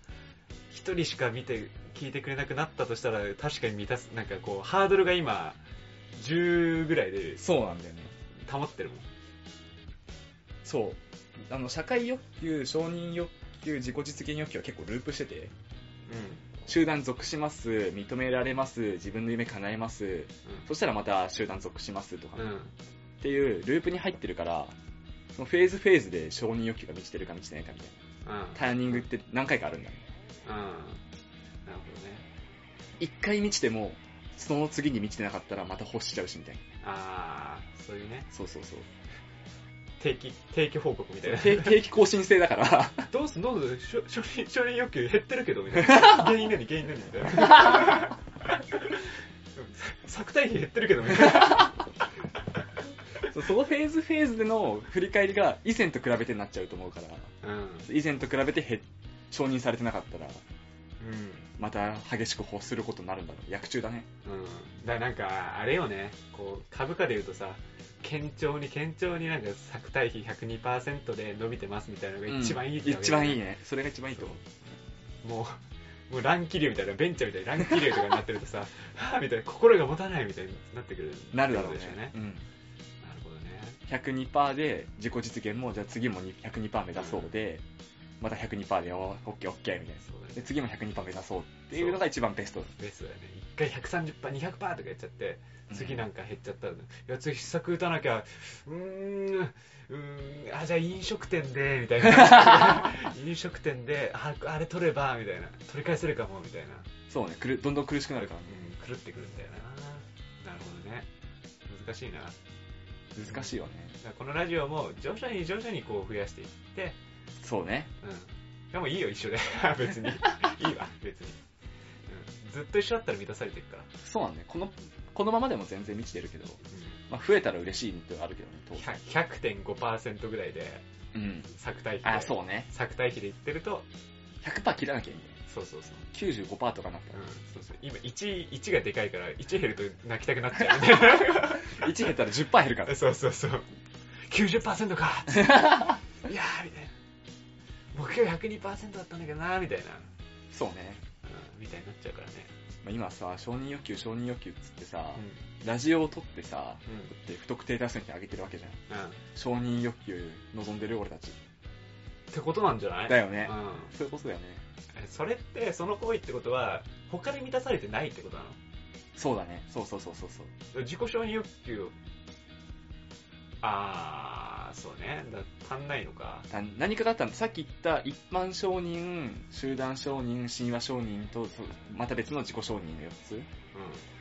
Speaker 1: 一人しか見て、聞いてくれなくなったとしたら、確かに満たす、なんかこう、ハードルが今、10ぐらいで
Speaker 2: そうなんだよね。
Speaker 1: 保ってるもん。
Speaker 2: そう。あの、社会欲求、承認欲求、自己実現欲求は結構ループしてて、
Speaker 1: う
Speaker 2: 集団属します、認められます、自分の夢叶えます、そしたらまた集団属しますとか、
Speaker 1: ん。う
Speaker 2: っ
Speaker 1: ん。うん。
Speaker 2: ていうループに入ってるから、そのフェーズフェーズで承認欲求が満ちてるか満ちてないかみたいな。タイミングって何回かあるんだね。
Speaker 1: うん。なるほどね。
Speaker 2: 一回満ちても、その次に満ちてなかったらまた欲しちゃうしみたいな。
Speaker 1: あー、そういうね、
Speaker 2: そうそうそう。
Speaker 1: 定期、定期報告みたいな。
Speaker 2: 定定期更新制だから、
Speaker 1: どうすんの承承認承認欲求減ってるけどみたいな原因何原因何みたいな 作対比減ってるけどみたいな
Speaker 2: そうそのフェーズフェーズでの振り返りが以前と比べてになっちゃうと思うから、
Speaker 1: うん、うん、
Speaker 2: 以前と比べて減っ承認されてなかったら、また激しく欲することになるんだろう。薬中だね。
Speaker 1: うん、だからなんかあれよねこう株価で言うとさ堅調に堅調になんか作対比102%で伸びてますみたいなのが一番いいってわけ
Speaker 2: 一
Speaker 1: だよ
Speaker 2: 番
Speaker 1: ね
Speaker 2: いいね。それが一番いいと思う。
Speaker 1: もうもう乱気流みたいなベンチャーみたいな乱気流とかになってるとさ はぁみたいな心が持たないみたいになってくる
Speaker 2: なるだろう
Speaker 1: っ
Speaker 2: ね
Speaker 1: てことでしょね
Speaker 2: うん、
Speaker 1: なるほどね
Speaker 2: 102%で自己実現もじゃあ次もに102%目指そうで、また102%でおーオッケーオッケーみたいな
Speaker 1: そうだね
Speaker 2: で次も102%目指そうっていうのが一番ベスト
Speaker 1: ベースだよね一回130パー200パーとかやっちゃって次なんんか減っちゃったら、いや次試作打たなきゃうーんうーんあじゃあ飲食店でみたいな飲食店でああれ取ればみたいな取り返せるかもみたいな、
Speaker 2: そうねくるどんどん苦しくなるからね
Speaker 1: うん、狂ってくるんだよななるほどね難しいなだか
Speaker 2: 難しいよね
Speaker 1: らこのラジオも徐々に徐々にこう増やしていって
Speaker 2: そうね
Speaker 1: うんでもいいよ一緒で 別にいいわ別に、うん、ずっと一緒だったら満たされてるから、
Speaker 2: そうなんねこのこのままでも全然満ちてるけど、
Speaker 1: うん
Speaker 2: まあ、増えたら嬉しいのってあるけどね当然
Speaker 1: 100 100.5%ぐらいで
Speaker 2: うん
Speaker 1: 作対比で
Speaker 2: あそうね
Speaker 1: 作対比でいってると
Speaker 2: 100%切らなきゃいいんだよ
Speaker 1: そうそうそう,、
Speaker 2: 95%とかなっ
Speaker 1: うん、そうそう今 1, 1がでかいから1減ると泣きたくなっちゃうね
Speaker 2: たら1減ったら10%減る から
Speaker 1: そうそうそう90%か っつっていやーみたいな目標102%だったんだけどなーみたいな、
Speaker 2: そうね
Speaker 1: うんみたいになっちゃうからね。
Speaker 2: まあ今さ、承認欲求、承認欲求っつってさ、ラジオを撮ってさ、
Speaker 1: うん。
Speaker 2: だって不特定多数の人にあげてるわけじゃん。
Speaker 1: うん。っ
Speaker 2: 承認欲求望んでる俺たち。
Speaker 1: てことなんじゃない
Speaker 2: だ
Speaker 1: よ
Speaker 2: よね。
Speaker 1: うん。
Speaker 2: そういうことだよね。
Speaker 1: えそれって、その行為ってことは、他で満たされてないってことな
Speaker 2: そうだね。そうそうそうそうそう。
Speaker 1: の自己承認欲求。あー、そうね。だ足んないのか。
Speaker 2: た何かがあったのさっき言った一般承認、集団承認、神話承認と、そうまた別の自己承認の4つ
Speaker 1: うん。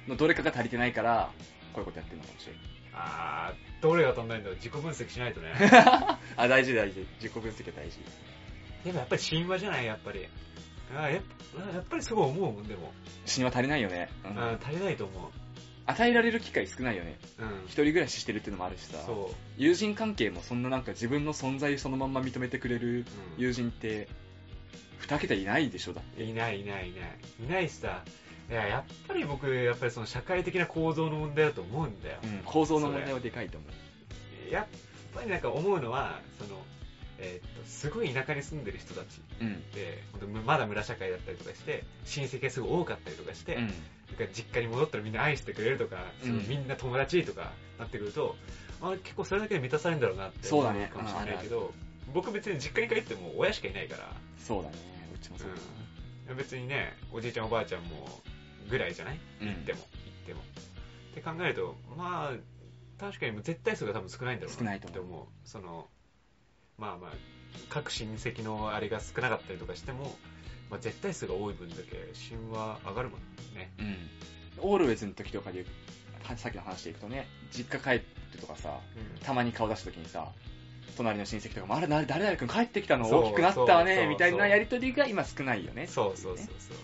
Speaker 2: のどれかが足りてないから、こういうことやってるのかもしれない。
Speaker 1: あー、どれが足んないんだろう自己分析しないとね。
Speaker 2: あ、大事大事。自己分析は大事。
Speaker 1: でもやっぱり神話じゃないやっぱり。あーやっぱやっぱりすごい思うもん、でも。
Speaker 2: 神話足りないよね。うん
Speaker 1: うん、足りないと思
Speaker 2: 与えられる機会少ないよね。
Speaker 1: う。うん
Speaker 2: 一。人暮らししてるっていうのもあるしさ。
Speaker 1: そ
Speaker 2: 友人関係もそんななんか自分の存在そのまんま認めてくれる
Speaker 1: う。
Speaker 2: 友人って、二桁いないでしょ、だって
Speaker 1: いないいないいない。いないしさ。いや、やっぱり僕、やっぱりその社会的な構造の問題だと思うんだよ。
Speaker 2: うん、構造の問題はでかいと思う。
Speaker 1: やっぱりなんか思うのは、その、えーっと、すごい田舎に住んでる人たちっ
Speaker 2: うん。
Speaker 1: て、ほんとまだ村社会だったりとかして、親戚がすごい多かったりとかして、
Speaker 2: う
Speaker 1: なん
Speaker 2: ん。
Speaker 1: か実家に戻ったらみんな愛してくれるとか、その
Speaker 2: うん
Speaker 1: みんな友達とかなってくると、あ結構それだけで満たされるんだろうなって
Speaker 2: そう
Speaker 1: 思
Speaker 2: だ
Speaker 1: う
Speaker 2: ね
Speaker 1: かもしれないけど、僕別に実家に帰っても親しかいないから、
Speaker 2: そうだね。うちもそうだね。
Speaker 1: うん、別にね、おじいちゃんおばあちゃんもぐらいじゃない
Speaker 2: うん
Speaker 1: 行っても、行っても。って考えると、まあ、確かにもう絶対数が多分少ないんだろう
Speaker 2: 少ないと
Speaker 1: っ
Speaker 2: 思う
Speaker 1: て思う。その、まあまあ、各親戚のあれが少なかったりとかしても、まあ、絶対数が多い分だけ神話上がるもんね。
Speaker 2: うん。オールウェイズの時とかで、はさっきの話でいくとね、実家帰るとかさ、たまに顔出す時にさ、隣の親戚とかも、あれ、な誰々君帰ってきたの
Speaker 1: そう
Speaker 2: 大きくなったわ
Speaker 1: そうそ
Speaker 2: ね、
Speaker 1: う
Speaker 2: みたいなやりとりが今少ないよね。
Speaker 1: そうそうそう
Speaker 2: ね
Speaker 1: そう。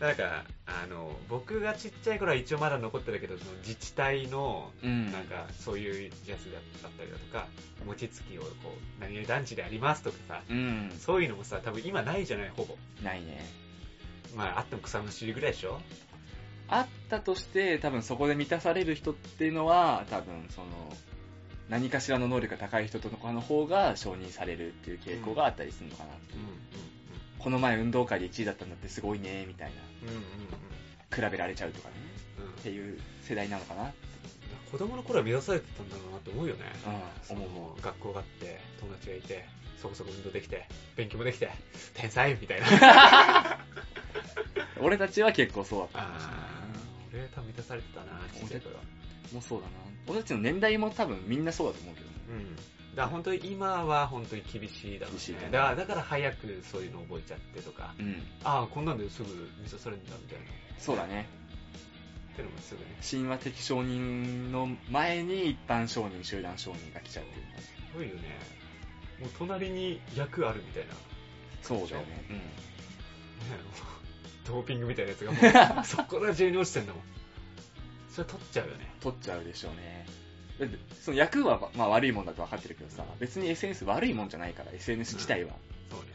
Speaker 1: だから、あの、僕がちっちゃい頃は一応まだ残ってたけど、その自治体の
Speaker 2: うん。
Speaker 1: なんかそういうやつだったりだとか、餅つきをこう、何々団地でありますとかさ、
Speaker 2: うん。
Speaker 1: そういうのもさ、多分今ないじゃない、ほぼ。
Speaker 2: ないね。
Speaker 1: まあ、あっても草むしりぐらいでしょ
Speaker 2: あったとして、多分そこで満たされる人っていうのは、多分その、何かしらの能力が高い人とかの方が承認されるっていう傾向があったりするのかな。
Speaker 1: うん、
Speaker 2: この前運動会で1位だったんだってすごいね、みたいな。
Speaker 1: うん、うん。うん、
Speaker 2: 比べられちゃうとかね。
Speaker 1: うん、うん。
Speaker 2: っていう世代なのかな。
Speaker 1: 子供の頃は目指されてたんだろうなって思うよね。
Speaker 2: うん、思う思
Speaker 1: もう学校があって、友達がいて、そこそこ運動できて、勉強もできて、天才みたいな。
Speaker 2: う。俺たちは結構そうだったかもしれない
Speaker 1: あー俺多分満たされてたな、ちっちゃい頃は。
Speaker 2: もうそうだな。俺たちの年代も多分みんなそうだと思うけどね。
Speaker 1: うん。だから本当に今は本当に厳しいだろう
Speaker 2: 厳しい
Speaker 1: ね。
Speaker 2: ね
Speaker 1: だからだから早くそういうの覚えちゃってとか、
Speaker 2: うん。
Speaker 1: ああ、こんなんですぐ満たされるんだみたいな。
Speaker 2: そうだね。
Speaker 1: ってのもすぐね。
Speaker 2: 神話的承認の前に一般承認、集団承認が来ちゃうっていう。
Speaker 1: すごいよね。もう隣に役あるみたいな。
Speaker 2: そうだよね。うん。
Speaker 1: ね ドーピングみたいなやつがも う、そこら中に落ちてんだもん。それ取っちゃうよね。
Speaker 2: 取っちゃうでしょうね。だって、その役は、まあ、悪いもんだと分かってるけどさ、別に SNS 悪いもんじゃないから、SNS 自体は。
Speaker 1: そうね。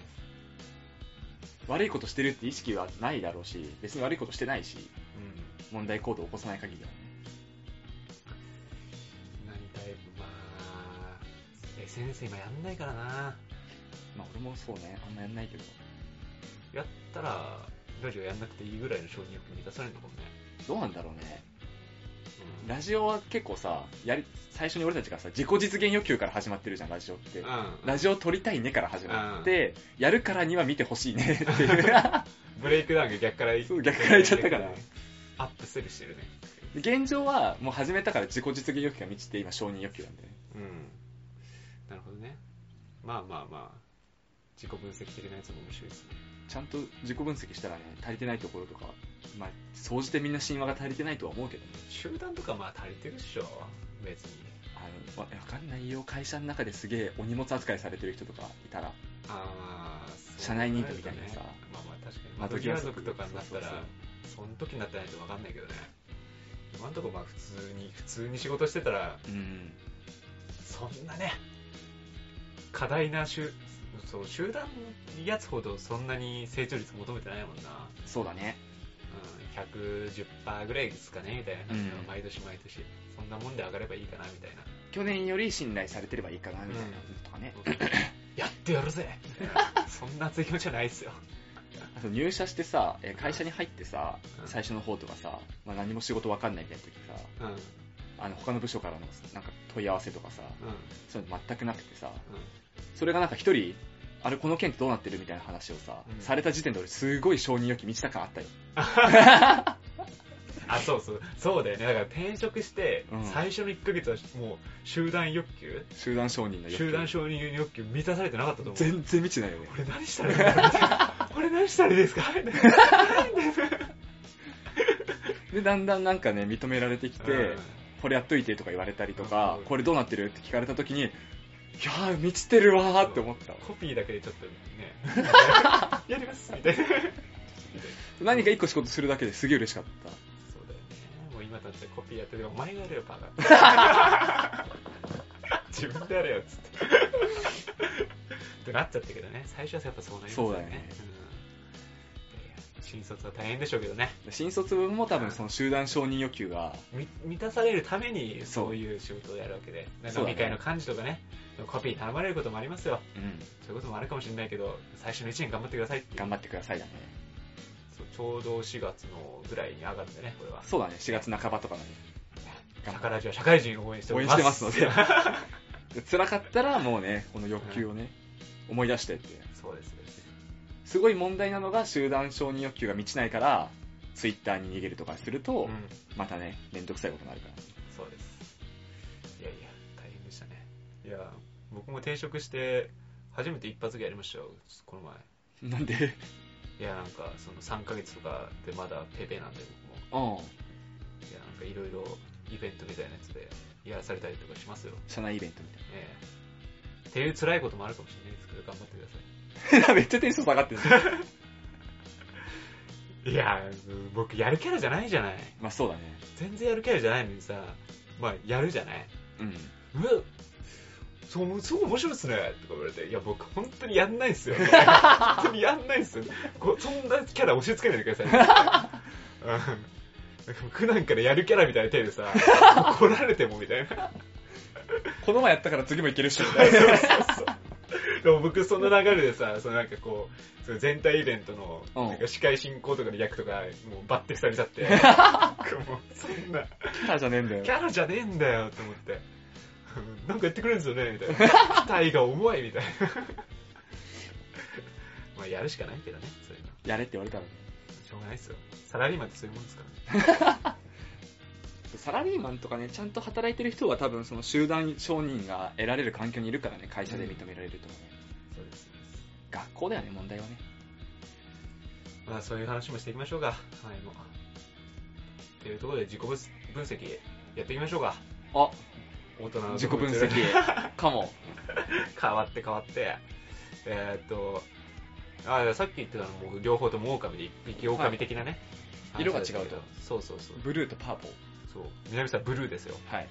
Speaker 2: 悪いことしてるって意識はないだろうし、別に悪いことしてないし、
Speaker 1: うん。
Speaker 2: 問題行動を起こさない限りはね。
Speaker 1: 何タイプまあ、SNS 今やんないからな。
Speaker 2: まあ、俺もそうね、あんまやんないけど。
Speaker 1: やったら、ラジオやんなくていいぐらいの承認欲満たされるのかもね。
Speaker 2: どうなんだろうね。
Speaker 1: うん。
Speaker 2: ラジオは結構さ、やり、最初に俺たちがさ、自己実現欲求から始まってるじゃん、ラジオって。
Speaker 1: うん、
Speaker 2: ラジオ撮りたいねから始まって、やるからには見てほしいねっていう。
Speaker 1: ブレイクダウンが逆からい
Speaker 2: そう逆からいっちゃったから。
Speaker 1: アップするしてるね。
Speaker 2: 現状は、もう始めたから自己実現欲求が満ちて、今承認欲求なんだよね。
Speaker 1: うん。なるほどね。まあまあまあ、自己分析的なやつも面白いですね。
Speaker 2: ちゃんと自己分析したらね、足りてないところとか、まあ、総じてみんな神話が足りてないとは思うけどね。
Speaker 1: 集団とかまあ足りてるっしょ。別に。
Speaker 2: あの、わわかんないよ、会社の中ですげえお荷物扱いされてる人とかいたら、
Speaker 1: ああ、そう
Speaker 2: 社内ニートみたいなさ
Speaker 1: まあまあ確かに。
Speaker 2: 窓
Speaker 1: 窓
Speaker 2: 際
Speaker 1: 際
Speaker 2: 族
Speaker 1: 族とかになったら、
Speaker 2: そうそう
Speaker 1: その時になってないとわかんないけどね。今んとこまあ普通に、普通に仕事してたら、
Speaker 2: うん。
Speaker 1: そんなね、過大な集、そう、集団のやつほどそんなに成長率求めてないもんな。
Speaker 2: そうだね。
Speaker 1: うん、110%ぐらいですかね、みたいな感じの、
Speaker 2: うん
Speaker 1: 毎年毎年。そんなもんで上がればいいかな、みたいな。
Speaker 2: 去年より信頼されてればいいかな、みたいな、とかね。
Speaker 1: やってやるぜそんな熱い気持ちはないっすよ。
Speaker 2: あと入社してさ、えー会社に入ってさ、
Speaker 1: うん
Speaker 2: 最初の方とかさ、まあ、何も仕事わかんないみたいな時さ、
Speaker 1: うん、うん、
Speaker 2: あの他の部署からのなんか問い合わせとかさ、そういうの全くなくてさ、それがなんか一人、あれこの件ってどうなってるみたいな話をさ、
Speaker 1: うん
Speaker 2: された時点で俺すごい承認欲求満ちた感あったよ。
Speaker 1: あ、そうそう、そうだよね。だから転職して
Speaker 2: うん、
Speaker 1: 最初の1ヶ月はもう集団欲求、
Speaker 2: 集団承認の欲求。
Speaker 1: 集団承認欲求満たされてなかったと思う。
Speaker 2: 全然満ちないよね。
Speaker 1: これ何したらいいんだろうみたい なこれ何したらいいですかみたいな
Speaker 2: で、だんだんなんかね、認められてきて、
Speaker 1: うん
Speaker 2: これやっといてとか言われたりとか
Speaker 1: う、ん
Speaker 2: これどうなってるって聞かれた時に、いやー、満ちてるわーって思ったわ。
Speaker 1: コピーだけでちょっとね、 やりますみたいな。そう
Speaker 2: 何か一個仕事するだけですげえ嬉しかった。
Speaker 1: だよね。もう今だってコピーやってるから、お前がやれよ、バカ。 自分でやれよ、つって。ってなっちゃったけどね、最初はやっぱそうなりますよね。
Speaker 2: そうだよね
Speaker 1: うんいやいや新卒は大変でしょうけどね。
Speaker 2: 新卒も多分その集団承認欲求が、
Speaker 1: み満たされるためにそういう仕事をやるわけで、
Speaker 2: そう
Speaker 1: 飲み会の幹事とかね、コピー頼まれることもありますよ。
Speaker 2: うん、
Speaker 1: そういうこともあるかもしれないけど、最初の1年頑張ってくださいっていう
Speaker 2: 頑張ってくださいだね。
Speaker 1: そうちょうど4月のぐらいに上がるんでね、これは。
Speaker 2: そうだね、4月半ばとかま
Speaker 1: 社
Speaker 2: 頑張
Speaker 1: 会ラジオは社会人を応援してお
Speaker 2: で応
Speaker 1: り
Speaker 2: 援
Speaker 1: ま
Speaker 2: し
Speaker 1: す。
Speaker 2: てますので、辛かったらもうね、この欲求をね、思い出してって。
Speaker 1: そうです、そうです。
Speaker 2: すごい問題なのが集団承認欲求が満ちないから、ツイッターに逃げるとかする
Speaker 1: う
Speaker 2: と、
Speaker 1: ん、
Speaker 2: またね、めんどくさいことになるから。
Speaker 1: そうです。いやいや、大変でしたね。いや、僕も転職して、初めて一発芸やりましたよ、この前。
Speaker 2: なんで、
Speaker 1: いや、なんか、その3ヶ月とかでまだペーペーなんで、僕も。
Speaker 2: うん、
Speaker 1: いや、なんかいろいろイベントみたいなやつでやらされたりとかしますよ。
Speaker 2: 社内イベントみ
Speaker 1: ええっていう辛いこともあるかもしれないですけど、頑張ってください。
Speaker 2: たいな。めっ ちゃテンション下がってる。
Speaker 1: いや、僕やるキャラじゃないじゃない。
Speaker 2: まあそうだね。
Speaker 1: 全然やるキャラじゃないのにさ、まあやるじゃない。
Speaker 2: うん。
Speaker 1: えそう、すごい面白いっすねとか言われて、いや僕本当にやんないっ すよ。本当にやんないっすよ。こそんなキャラ押し付けないでくださ い。うん普段からやるキャラみたいな手でさ、怒られてもみたいな。
Speaker 2: この前やったから次もいける 人。
Speaker 1: でも僕その流れでさ、そのなんかこう、その全体イベントの、
Speaker 2: うん
Speaker 1: なんか司会進行とかの役とか、もうバッて塞ぎ去 って、もうそんな、
Speaker 2: キャラじゃねえんだよ
Speaker 1: キ。ャラじゃねえんだよと思って。うんなんかやってくれるんですよねみたいな。期待が重いみたいな。 まあやるしかないけどね、そういうの。
Speaker 2: やれって言われたらね。
Speaker 1: しょうがないですよ。サラリーマンってそういうもんですからね。
Speaker 2: サラリーマンとかね、ちゃんと働いてる人は多分その集団承認が得られる環境にいるからね、会社で認められるとかね。
Speaker 1: そうです。
Speaker 2: 学校だよね、問題はね。
Speaker 1: まあそういう話もしていきましょうか。はい、もう。というところで自己分分析やっていきましょうか。
Speaker 2: あ、
Speaker 1: 大人の
Speaker 2: 自己分
Speaker 1: ところで
Speaker 2: 析。かも。
Speaker 1: 変わって変わって。えーっと、あさっき言ってたのも両方とも狼で一匹狼的なね。
Speaker 2: はい色が違うと
Speaker 1: 話だったけど。そうそうそう。
Speaker 2: ブルーとパー ポー。
Speaker 1: そう。南さんブルーですよ。
Speaker 2: はい。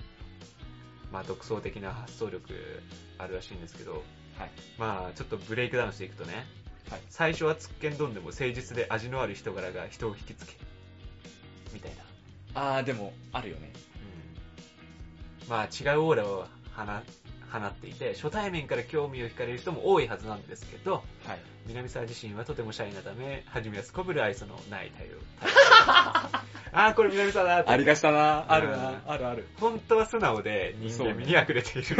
Speaker 1: まあ、独創的な発想力あるらしいんですけど、
Speaker 2: はい
Speaker 1: まあ、ちょっとブレイクダウンしていくとね、
Speaker 2: はい
Speaker 1: 最初はつっけんどんでも誠実で味のある人柄が人を引きつけ、みたいな。
Speaker 2: あー、でも、あるよね。
Speaker 1: うん、まあ、違うオーラを放放っていて、初対面から興味を惹かれる人も多いはずなんですけど、
Speaker 2: はい。
Speaker 1: 南沢自身はとてもシャイなため、初めはすこぶる愛想のない態度。 ああ、これ南沢だって
Speaker 2: ありがちだな、あるな
Speaker 1: う、ん
Speaker 2: あるある。
Speaker 1: 本当は素直で人間味に溢れてい る。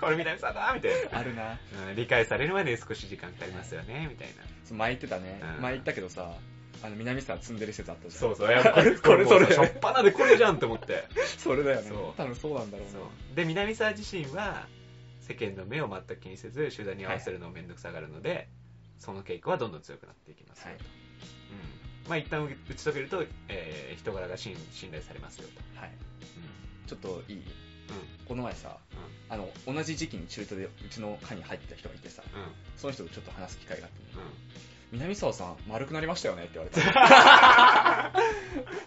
Speaker 1: これ南さんだみたい
Speaker 2: あるな。
Speaker 1: な、うん理解されるまで少し時間かかりますよね、みたいな。
Speaker 2: そう前言ってたね
Speaker 1: う。ん
Speaker 2: 前言ったけどさ、あの、南沢積んでる説あったじゃん。
Speaker 1: そうそう、やっぱり
Speaker 2: これそれ
Speaker 1: しょっぱなでこれじゃんと思って。
Speaker 2: それだよね
Speaker 1: そう。
Speaker 2: 多分そうなんだろうな。
Speaker 1: そうで、南沢自身は世間の目を全く気にせず、集団に合わせるのをめんどくさがるので、その傾向はどんどん強くなっていきますよ、
Speaker 2: はい
Speaker 1: と。うん。まあ一旦打ち解けると、えー人柄が信信頼されますよと。
Speaker 2: はい。ちょっといい
Speaker 1: ん
Speaker 2: この前さ、
Speaker 1: う
Speaker 2: あの、同じ時期に中途でうちの課に入ってた人がいてさ、
Speaker 1: うん、うん、
Speaker 2: その人とちょっと話す機会があったの
Speaker 1: うん。
Speaker 2: 南沢さん、丸くなりましたよねって言わ れて。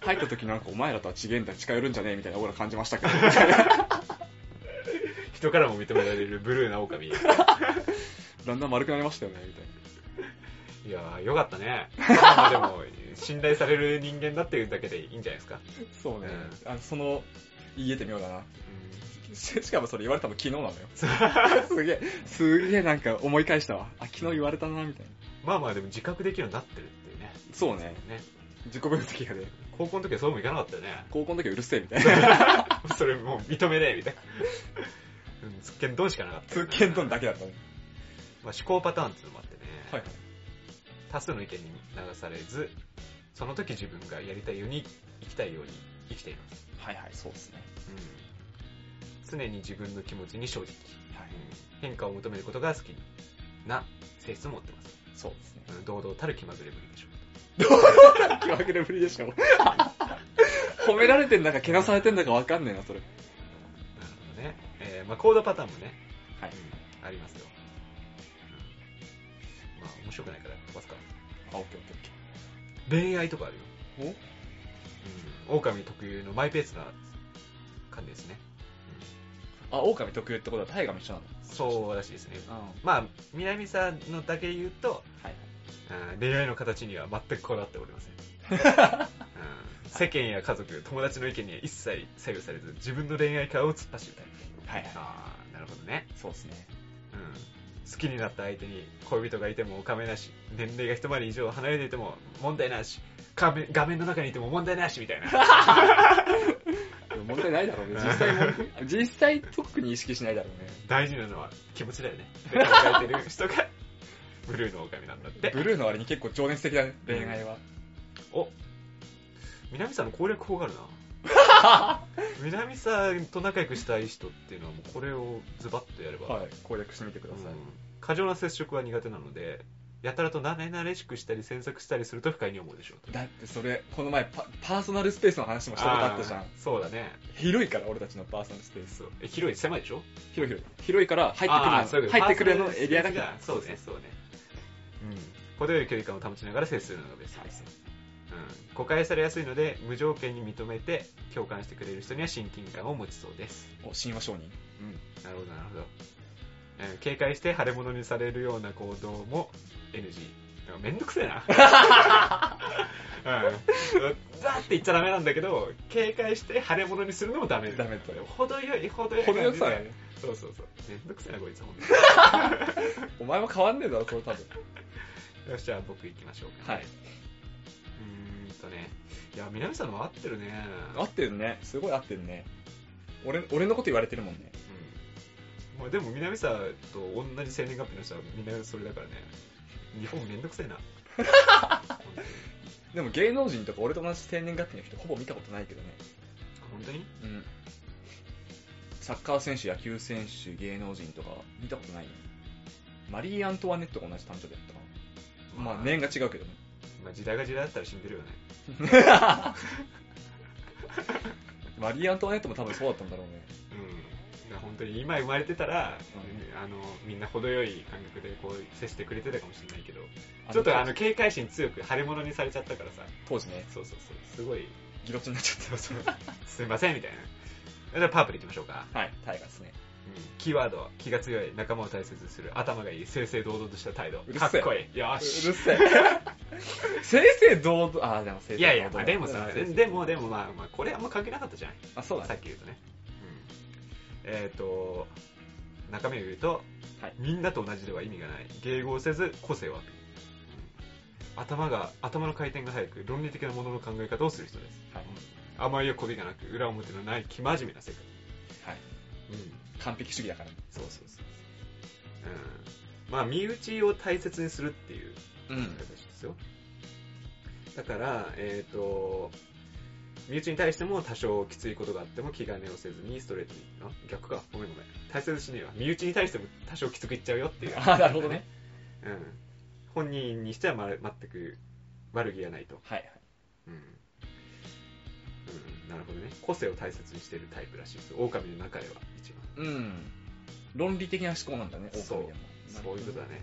Speaker 2: 入った時なんかお前らとは違えんだ、近寄るんじゃねえみたいなオーラ感じました けど、みたいな
Speaker 1: 人からも認められるブルーな 狼。
Speaker 2: だんだん丸くなりましたよね、みたい
Speaker 1: いやー、よかった ね。まあでも、信頼される人間だっていうだけでいいんじゃないですか。
Speaker 2: な。そうね。あのその、言えて妙だな。 ししかもそれ言われ たの昨日なのよ。すげえ、すげえなんか思い返したわ。あ、昨日言われたな、みたいな。
Speaker 1: まあまあでも自覚できるようになってるっていうね。
Speaker 2: そうね。
Speaker 1: ね
Speaker 2: 自己分析 がね、
Speaker 1: 高校の時はそうもいかなかったよね。
Speaker 2: 高校の時はうるせえみたい な。
Speaker 1: それもう認めねえみたいな。 うんつっけんどんしかなかったよ
Speaker 2: 通
Speaker 1: ね、
Speaker 2: 勤論だけだったね。
Speaker 1: まあ、思考パターンっていうのもあってね、
Speaker 2: はいはい。
Speaker 1: 多数の意見に流されず、その時自分がやりたいように生きたいように生きています。
Speaker 2: はいはい、そうですね。
Speaker 1: うん、常に自分の気持ちに正直、
Speaker 2: はい。
Speaker 1: 変化を求めることが好きな性質を持ってます。
Speaker 2: そうですね。
Speaker 1: うん堂々たる気まぐれぶりでしょ
Speaker 2: 気まぐれぶりでしょ。褒められてんだか、けなされてんだかわかんねえな、それ。
Speaker 1: う。なるほどね。えーまあ、行動パターンもね、
Speaker 2: はい
Speaker 1: うんありますよ。うんまあ、面白くないから飛ばすか。
Speaker 2: あ、オッケーオッケーオッケー。
Speaker 1: 恋愛とかあるよ。
Speaker 2: お
Speaker 1: うん。狼特有のマイペースな感じですね。
Speaker 2: あ、狼特有ってことは大河も一緒なんだ。
Speaker 1: そうらしいですね。
Speaker 2: うん。は
Speaker 1: まあ、南さんのだけ言うと、
Speaker 2: い。
Speaker 1: うん恋愛の形には全くこだわっておりません。 うん世間や家族、友達の意見には一切左右されず、自分の恋愛観を突っ走るタイプ。
Speaker 2: はいはい
Speaker 1: ああ、なるほどね。
Speaker 2: そうですね。
Speaker 1: うん。好きになった相手に恋人がいてもおかめなし、年齢が一回り以上離れていても問題なし、画面画面の中にいても問題なしみたいな。
Speaker 2: でも問題ないだろうね。実際も、実際特に意識しないだろうね。
Speaker 1: 大事なのは気持ちだよね。って考えてる人が、ブルーの狼なんだって。
Speaker 2: ブルーの割に結構情熱的だね、恋愛は。
Speaker 1: お南さんの攻略法があるな 南さんと仲良くしたい人っていうのはもうこれをズバッとやれば、
Speaker 2: い。攻略してみてく
Speaker 1: う
Speaker 2: だ
Speaker 1: ん
Speaker 2: さい。
Speaker 1: 過剰な接触は苦手なのでやたらと慣れ慣れしくしたり詮索したりすると不快に思うでしょうと
Speaker 2: だってそれ、この前パ、パーソナルスペースの話もしたことあったじゃん
Speaker 1: あ。ーそうだね
Speaker 2: 広いから、俺たちのパーソナルスペース。
Speaker 1: そうえ広い狭いでしょ
Speaker 2: 広い広い。広いから、入
Speaker 1: あー
Speaker 2: っ
Speaker 1: そう
Speaker 2: てく
Speaker 1: いうこと
Speaker 2: るの、入ってくるのエリアだけ
Speaker 1: パーソナルスペースがそうねそうねうん程よい距離感を保ちながら接するのがベストです、うん、誤解されやすいので無条件に認めて共感してくれる人には親近感を持ちそうです
Speaker 2: お、神話商人。
Speaker 1: なるほど、なるほど。えー警戒して腫れ物にされるような行動も NG。なんかめんどくせえな。うん。ザーって言っちゃダメなんだけど、警戒して腫れ物にするのもダメ。
Speaker 2: ダメだよ
Speaker 1: 程よい、程よい。
Speaker 2: この良 さだよね。
Speaker 1: そうそうそう。めんどくせえな、こいつ、ほんと
Speaker 2: お前は変わんねえだろ、それ多分。
Speaker 1: によし、じゃあ僕行きましょうか、
Speaker 2: はい。
Speaker 1: うーんとね。いや、南さんも合ってるね。
Speaker 2: 合ってるね。すごい合ってるね。俺、俺のこと言われてるもんね。
Speaker 1: うん。まあでも南さんと同じ生年月日の人はみんなそれだからね。日本めんどくせえな。
Speaker 2: でも芸能人とか俺と同じ生年月日の人ほぼ見たことないけどね。
Speaker 1: 本当に
Speaker 2: うん。サッカー選手、野球選手、芸能人とか見たことないね。マリー・アントワネットが同じ誕生日だったかな。まあ年が違うけどね。
Speaker 1: まあ時代が時代だったら死んでるよね。
Speaker 2: マリー・アントワネットも多分そうだったんだろうね。
Speaker 1: うん。だから本当に今生まれてたら、あの、みんな程よい感覚でこう接してくれてたかもしれないけど、ちょっとあの警戒心強く腫れ物にされちゃったからさ、
Speaker 2: 当時ね、
Speaker 1: そうそうそう、すごい、
Speaker 2: ギロチンになっちゃった。
Speaker 1: すいませんみたいな。じゃあパープルいきましょうか。
Speaker 2: はい、タイガーですね。
Speaker 1: うんキーワードは気が強い、仲間を大切にする、頭がいい、正々堂々とした態度
Speaker 2: う。る
Speaker 1: かっ
Speaker 2: せえ
Speaker 1: こいい。よ
Speaker 2: う
Speaker 1: し
Speaker 2: る。せえ。 正々堂々、あー、でも正々堂々。
Speaker 1: いやいや、まあでもさ、
Speaker 2: 正々堂々
Speaker 1: でもでもまあ、まあ、これあんま関係なかったじゃん。
Speaker 2: あ、そうだ
Speaker 1: さ
Speaker 2: ね。
Speaker 1: っき言うとね。えっ、と、中身を言うと、
Speaker 2: はい
Speaker 1: みんなと同じでは意味がない。迎合せず個性を発揮。頭が、頭の回転が速く、論理的なものの考え方をする人です。
Speaker 2: はい。
Speaker 1: 甘いよこびがなく、裏表のない、生真面目な性格。
Speaker 2: はい。
Speaker 1: うん。
Speaker 2: 完璧主義だから。
Speaker 1: そうそうそうそう。うん。まあ、身内を大切にするっていう
Speaker 2: う
Speaker 1: 考え方ですよ。だから、えっ、と、身内に対しても多少きついことがあっても気兼ねをせずにストレートに、あ、逆か、ごめんごめん。大切にしねえわ。身内に対しても多少きつく言っちゃうよっていう。
Speaker 2: あー、なるほどね。
Speaker 1: うん。本人にしてはま全く悪気がないと。
Speaker 2: はいはい。
Speaker 1: うん。うん、なるほどね。個性を大切にしてるタイプらしいです。狼の中では一番。
Speaker 2: うん。論理的な思考なんだね、
Speaker 1: そう
Speaker 2: 狼は
Speaker 1: そういうことだね。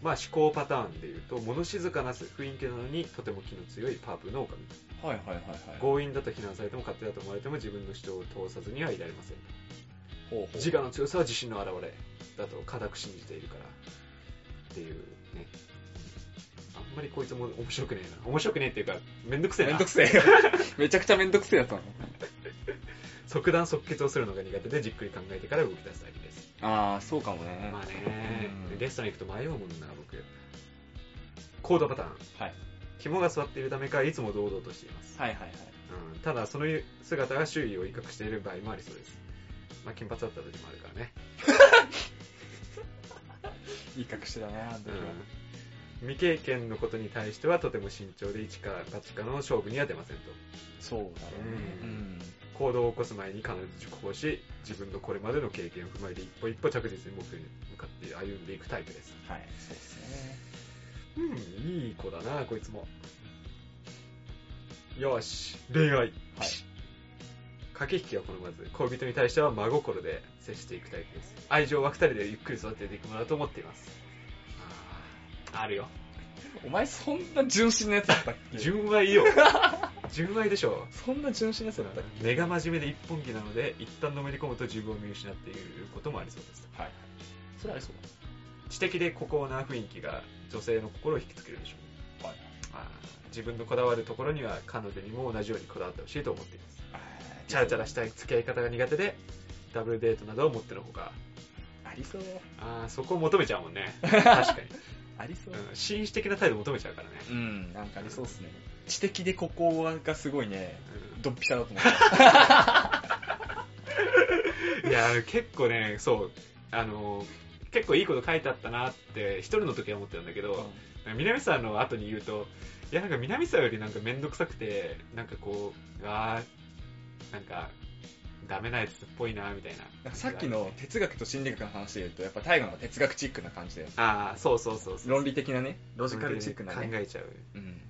Speaker 1: まあ思考パターンで言うと、物静かな雰囲気なのにとても気の強いパープの狼。
Speaker 2: はいはいはいはい。
Speaker 1: 強引だと非難されても勝手だと思われても自分の主張を通さずにはいられません
Speaker 2: ほうほう
Speaker 1: 自我の強さは自信の表れだと固く信じているからっていうねあんまりこいつも面白くねえな面白くねえっていうかめんどくせえ
Speaker 2: めん
Speaker 1: な
Speaker 2: どくせえ。 めちゃくちゃめんどくせえやつなの。
Speaker 1: 即断即決をするのが苦手でじっくり考えてから動き出すタイプです、
Speaker 2: ああ、そうかもね
Speaker 1: まあね
Speaker 2: うん
Speaker 1: レストラン行くと迷うもんな僕行動パターン。
Speaker 2: はい。
Speaker 1: 肝が座っているためか、いつも堂々としています。
Speaker 2: はいはいはい。
Speaker 1: うん、ただ、その姿が周囲を威嚇している場合もありそうです。まあ、金髪だった時もあるからね。
Speaker 2: 威嚇してたね、あの時は。
Speaker 1: うん、未経験のことに対してはとても慎重で一か八かの勝負には出ませんと
Speaker 2: そうだろうね。
Speaker 1: う
Speaker 2: うんん。
Speaker 1: 行動を起こす前に必ず熟考し自分のこれまでの経験を踏まえて一歩一歩着実に目標に向かって歩んでいくタイプです
Speaker 2: はい、そうですね。
Speaker 1: うんいい子だなこいつもよし恋愛、駆け引きは好まず恋人に対しては真心で接していくタイプです愛情は二人でゆっくり育てていくものだと思っていますあーあるよ
Speaker 2: お前そんな純真なやつだったっけ
Speaker 1: 純愛よ純愛でしょ
Speaker 2: そんな純真なやつだったっ
Speaker 1: 根が真面目で一本気なので一旦のめり込むと自分を見失っていることもありそうです
Speaker 2: けはい。それありそう
Speaker 1: 知的で孤高な雰囲気が女性の心を引きつけるでしょう
Speaker 2: だ。はい。
Speaker 1: あー自分のこだわるところには彼女にも同じようにこだわってほしいと思っていますチャラチャラしたい付き合い方が苦手でダブルデートなどを持ってのほか
Speaker 2: ありそう。
Speaker 1: あーそこを求めちゃうもんね確か
Speaker 2: ありそ
Speaker 1: に、
Speaker 2: う。
Speaker 1: うん、紳士的な態度求めちゃうからね、
Speaker 2: うん、なんかありそうっすね。知的でここがすごいね、
Speaker 1: うん
Speaker 2: ドッピシャだと思った。
Speaker 1: いや、結構ね、そう、あの、結構いいこと書いてあったなって、一人の時は思ってたんだけ ど、南さんの後に言うと、いや、なんか南さんよりなんかめんどくさくて、なんかこう、うわーなんか、ダメなやつっぽいな、みたい
Speaker 2: な
Speaker 1: な。
Speaker 2: んかさっき、の哲学と心理学の話で言うと、やっぱ大河の方が哲学チックな感じだよね。
Speaker 1: ああ、そうそうそうそう。
Speaker 2: 論理的なね、ロジカルチックな
Speaker 1: 考
Speaker 2: ね。
Speaker 1: えちゃう。
Speaker 2: うん。
Speaker 1: うん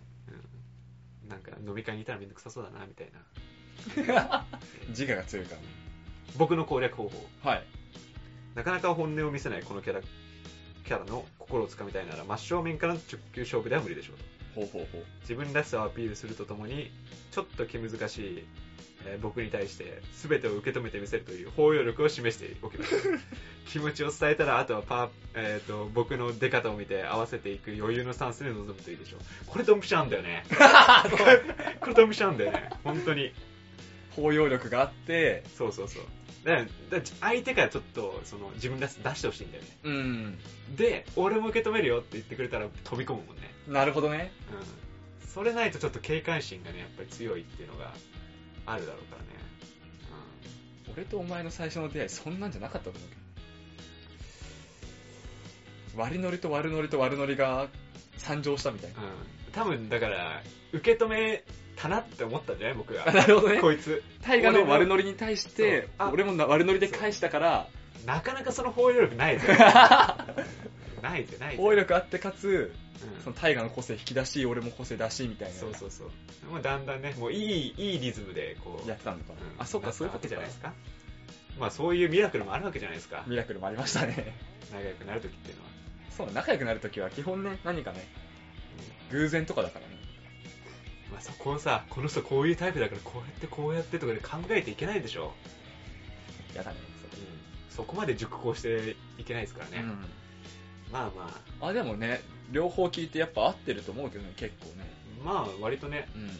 Speaker 1: なんか飲み会にいたらめんどくさそうだな、みたいな。
Speaker 2: 自我が強いからね。
Speaker 1: 僕の攻略方法。
Speaker 2: はい。
Speaker 1: なかなか本音を見せないこのキャラ、キャラの心をつかみたいなら、真正面からの直球勝負では無理でしょうと。
Speaker 2: ほうほうほう。
Speaker 1: 自分らしさをアピールするとともに、ちょっと気難しい、えー僕に対して全てを受け止めてみせるという包容力を示しておきます。気持ちを伝えたら、あとはパー、えー、と僕の出方を見て合わせていく余裕のスタンスで臨むといいでしょう。これドンピシャなんだよね。これドンピシャなんだよね。本当に。
Speaker 2: 包容力があって、
Speaker 1: そうそうそう。だからだから相手からちょっとその自分らしさ出してほしいんだよね。
Speaker 2: うん。
Speaker 1: で、俺も受け止めるよって言ってくれたら飛び込むもんね。
Speaker 2: なるほどね。
Speaker 1: うんそれないとちょっと警戒心がね、やっぱり強いっていうのがあるだろうからね。
Speaker 2: 俺とお前の最初の出会いそんなんじゃなかったと思うけど割り乗りと悪乗りと悪乗りが参上したみたいな
Speaker 1: うん。うん。多分だから、受け止めたなって思ったんじゃない僕が
Speaker 2: あ。なるほどね
Speaker 1: こいつ。
Speaker 2: 大河の悪乗りに対して
Speaker 1: そうあ
Speaker 2: 俺もな悪乗りで返したから
Speaker 1: なかなかその包容力ないぜ。 ないぜ、ないぜ。
Speaker 2: 応援力あってかつ
Speaker 1: うん
Speaker 2: その大河の個性引き出し俺も個性出しみたいな
Speaker 1: そうそうそう。もうだんだんね、もういい、いいリズムで、こう。
Speaker 2: やってたのか
Speaker 1: うん
Speaker 2: あそっ
Speaker 1: な
Speaker 2: か
Speaker 1: た
Speaker 2: そういうこ
Speaker 1: わ
Speaker 2: と
Speaker 1: けじゃない
Speaker 2: か
Speaker 1: ですか。まあそういうミラクルもあるわけじゃないですか。
Speaker 2: ミラクルもありましたね
Speaker 1: 仲良くなるときっていうのは。
Speaker 2: そう仲良くなるときは基本ね何かね偶然とかだからね
Speaker 1: まあ、そこをさ、この人こういうタイプだからこうやってこうやってとかで考えていけないでしょ。
Speaker 2: やだねそ
Speaker 1: そこまで熟考していけないですから
Speaker 2: れ
Speaker 1: ね。まあま
Speaker 2: あでもね両方聞いてやっぱ合ってると思うけどね結構ね
Speaker 1: あ、まあ割とね、
Speaker 2: うん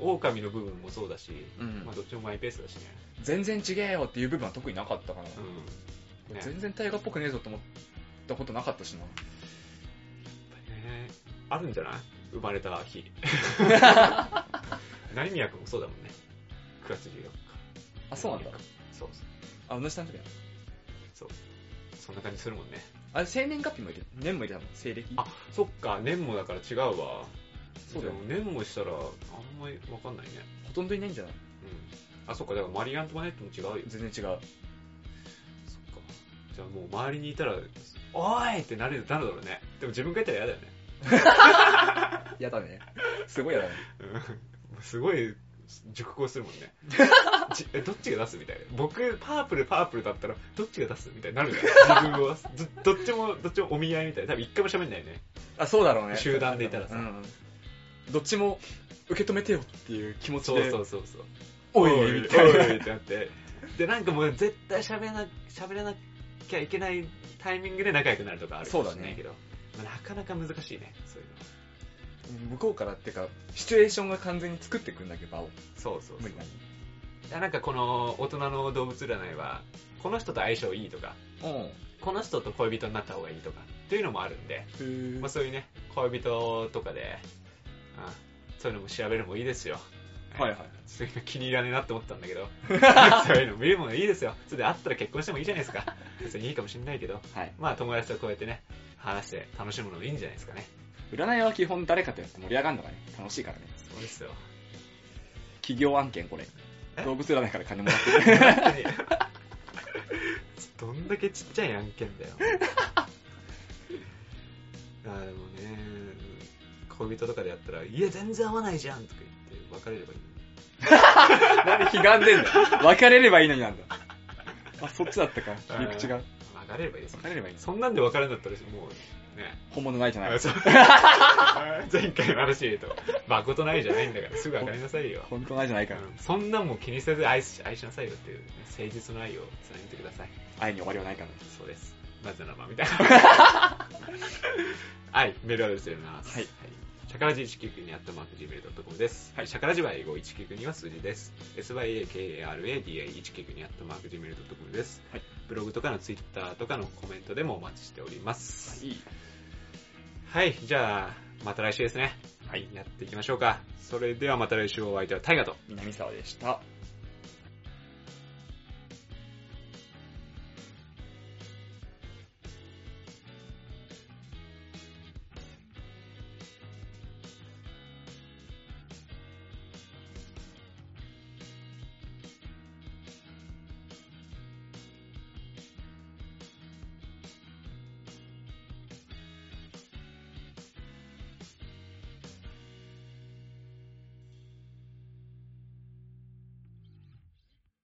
Speaker 1: 狼の部分もそうだし、
Speaker 2: うん
Speaker 1: まあどっちもマイペースだしね。
Speaker 2: 全然違えよっていう部分は特になかったから、
Speaker 1: うん。ね、やっ
Speaker 2: 全然大河っぽくねえぞと思ったことなかったし
Speaker 1: ぱ
Speaker 2: な。
Speaker 1: りねあるんじゃない生まれた 日。成宮君もそうだもんね。9月14日。
Speaker 2: あ、そうなんだ。
Speaker 1: そうそう。
Speaker 2: あ、同じ誕生日だ。
Speaker 1: そんな感じするもんね。
Speaker 2: あれ、生年月日もいる。年もいるだもん、西暦。
Speaker 1: あそっか、年もだから違うわ。
Speaker 2: そうだよ
Speaker 1: でも年もしたら、あんまりわかんないね。
Speaker 2: ほとんどいないんじゃない
Speaker 1: うん。あ、そっか、だからマリー・アントマネットも違うよ。
Speaker 2: 全然違う。
Speaker 1: そっか。じゃあもう周りにいたら、おーいってなるなるだろうね。でも自分がいたら嫌だよね。
Speaker 2: やだ ね。すごいやだね。
Speaker 1: うん。すごい、熟考するもんね。じえどっちが出すみたいな。僕、パープル、パープルだったら、どっちが出すみたいになるじゃん。自分をど。どっちも、どっちもお見合いみたいな。多分一回も喋んないよね。
Speaker 2: あ、そうだろうね。
Speaker 1: 集団でいたらさ
Speaker 2: うん。どっちも受け止めてよっていう気持ち
Speaker 1: そう
Speaker 2: で。
Speaker 1: そうそうそう。
Speaker 2: お
Speaker 1: お
Speaker 2: い、
Speaker 1: い
Speaker 2: み
Speaker 1: お
Speaker 2: たいな。
Speaker 1: いってなって。で、なんかもう絶対喋らな、喋らなきゃいけないタイミングで仲良くなるとかあるかもしれないけど。まあなかなか難しいね、そういうのは。
Speaker 2: 向こうからってか、シチュエーションが完全に作ってくんだけど、場を。
Speaker 1: そうそう
Speaker 2: 無
Speaker 1: そ
Speaker 2: 理
Speaker 1: う
Speaker 2: な。に。
Speaker 1: あなんかこの大人の動物占いは、この人と相性いいとか、
Speaker 2: うん。
Speaker 1: この人と恋人になった方がいいとか、というのもあるんで、まあ、そういうね、恋人とかで、うんそういうのも調べるのもいいですよ。
Speaker 2: はいはい。
Speaker 1: そういうの気に入らねえなって思ったんだけど、そういうの見るものいいですよ。それで会ったら結婚してもいいじゃないですか。別にいいかもしれないけど、
Speaker 2: はい。
Speaker 1: まあ友達とこうやってね、話して楽しむのもいいんじゃないですかね。
Speaker 2: 占いは基本誰かとやって盛り上がるのがね、楽しいからね。
Speaker 1: そうですよ。
Speaker 2: 企業案件これ
Speaker 1: え。
Speaker 2: 動物占いから金もら ってる。
Speaker 1: 本当にどんだけちっちゃい案件だよ。あーでもね、恋人とかでやったら、いや、全然合わないじゃんとか言って別れればいい。
Speaker 2: なんで悲願でんだよ別れればいいのになんだ。あ、そっちだったか。切り口が。
Speaker 1: 別れればいいですね
Speaker 2: 別れればいいんです。
Speaker 1: そんなんで別れるんだったら、もう、ね。
Speaker 2: 本物ないじゃない。
Speaker 1: そう 前回の話で言うと、誠ないじゃないんだから、すぐ別れなさいよ。
Speaker 2: 本当ないじゃないから。
Speaker 1: うんそんなんも気にせず愛し愛しなさいよっていう、ね、誠実の愛を貫いてください。
Speaker 2: 愛に終わりはないから。
Speaker 1: そうです。まず生み たいな。はい、メールアドレスでございます。
Speaker 2: はい。
Speaker 1: シャカラジ199にあったマーク Gmail.com です。はい、シャカラジは英語199には数字です。syakaradi199 にあったマーク Gmail.com です。
Speaker 2: はい
Speaker 1: ブログとかのツイッターとかのコメントでもお待ちしております。
Speaker 2: いい。
Speaker 1: はい、じゃあ、また来週ですね。
Speaker 2: はい。
Speaker 1: やっていきましょうか。それではまた来週お相手はタイガと。
Speaker 2: 南沢でした。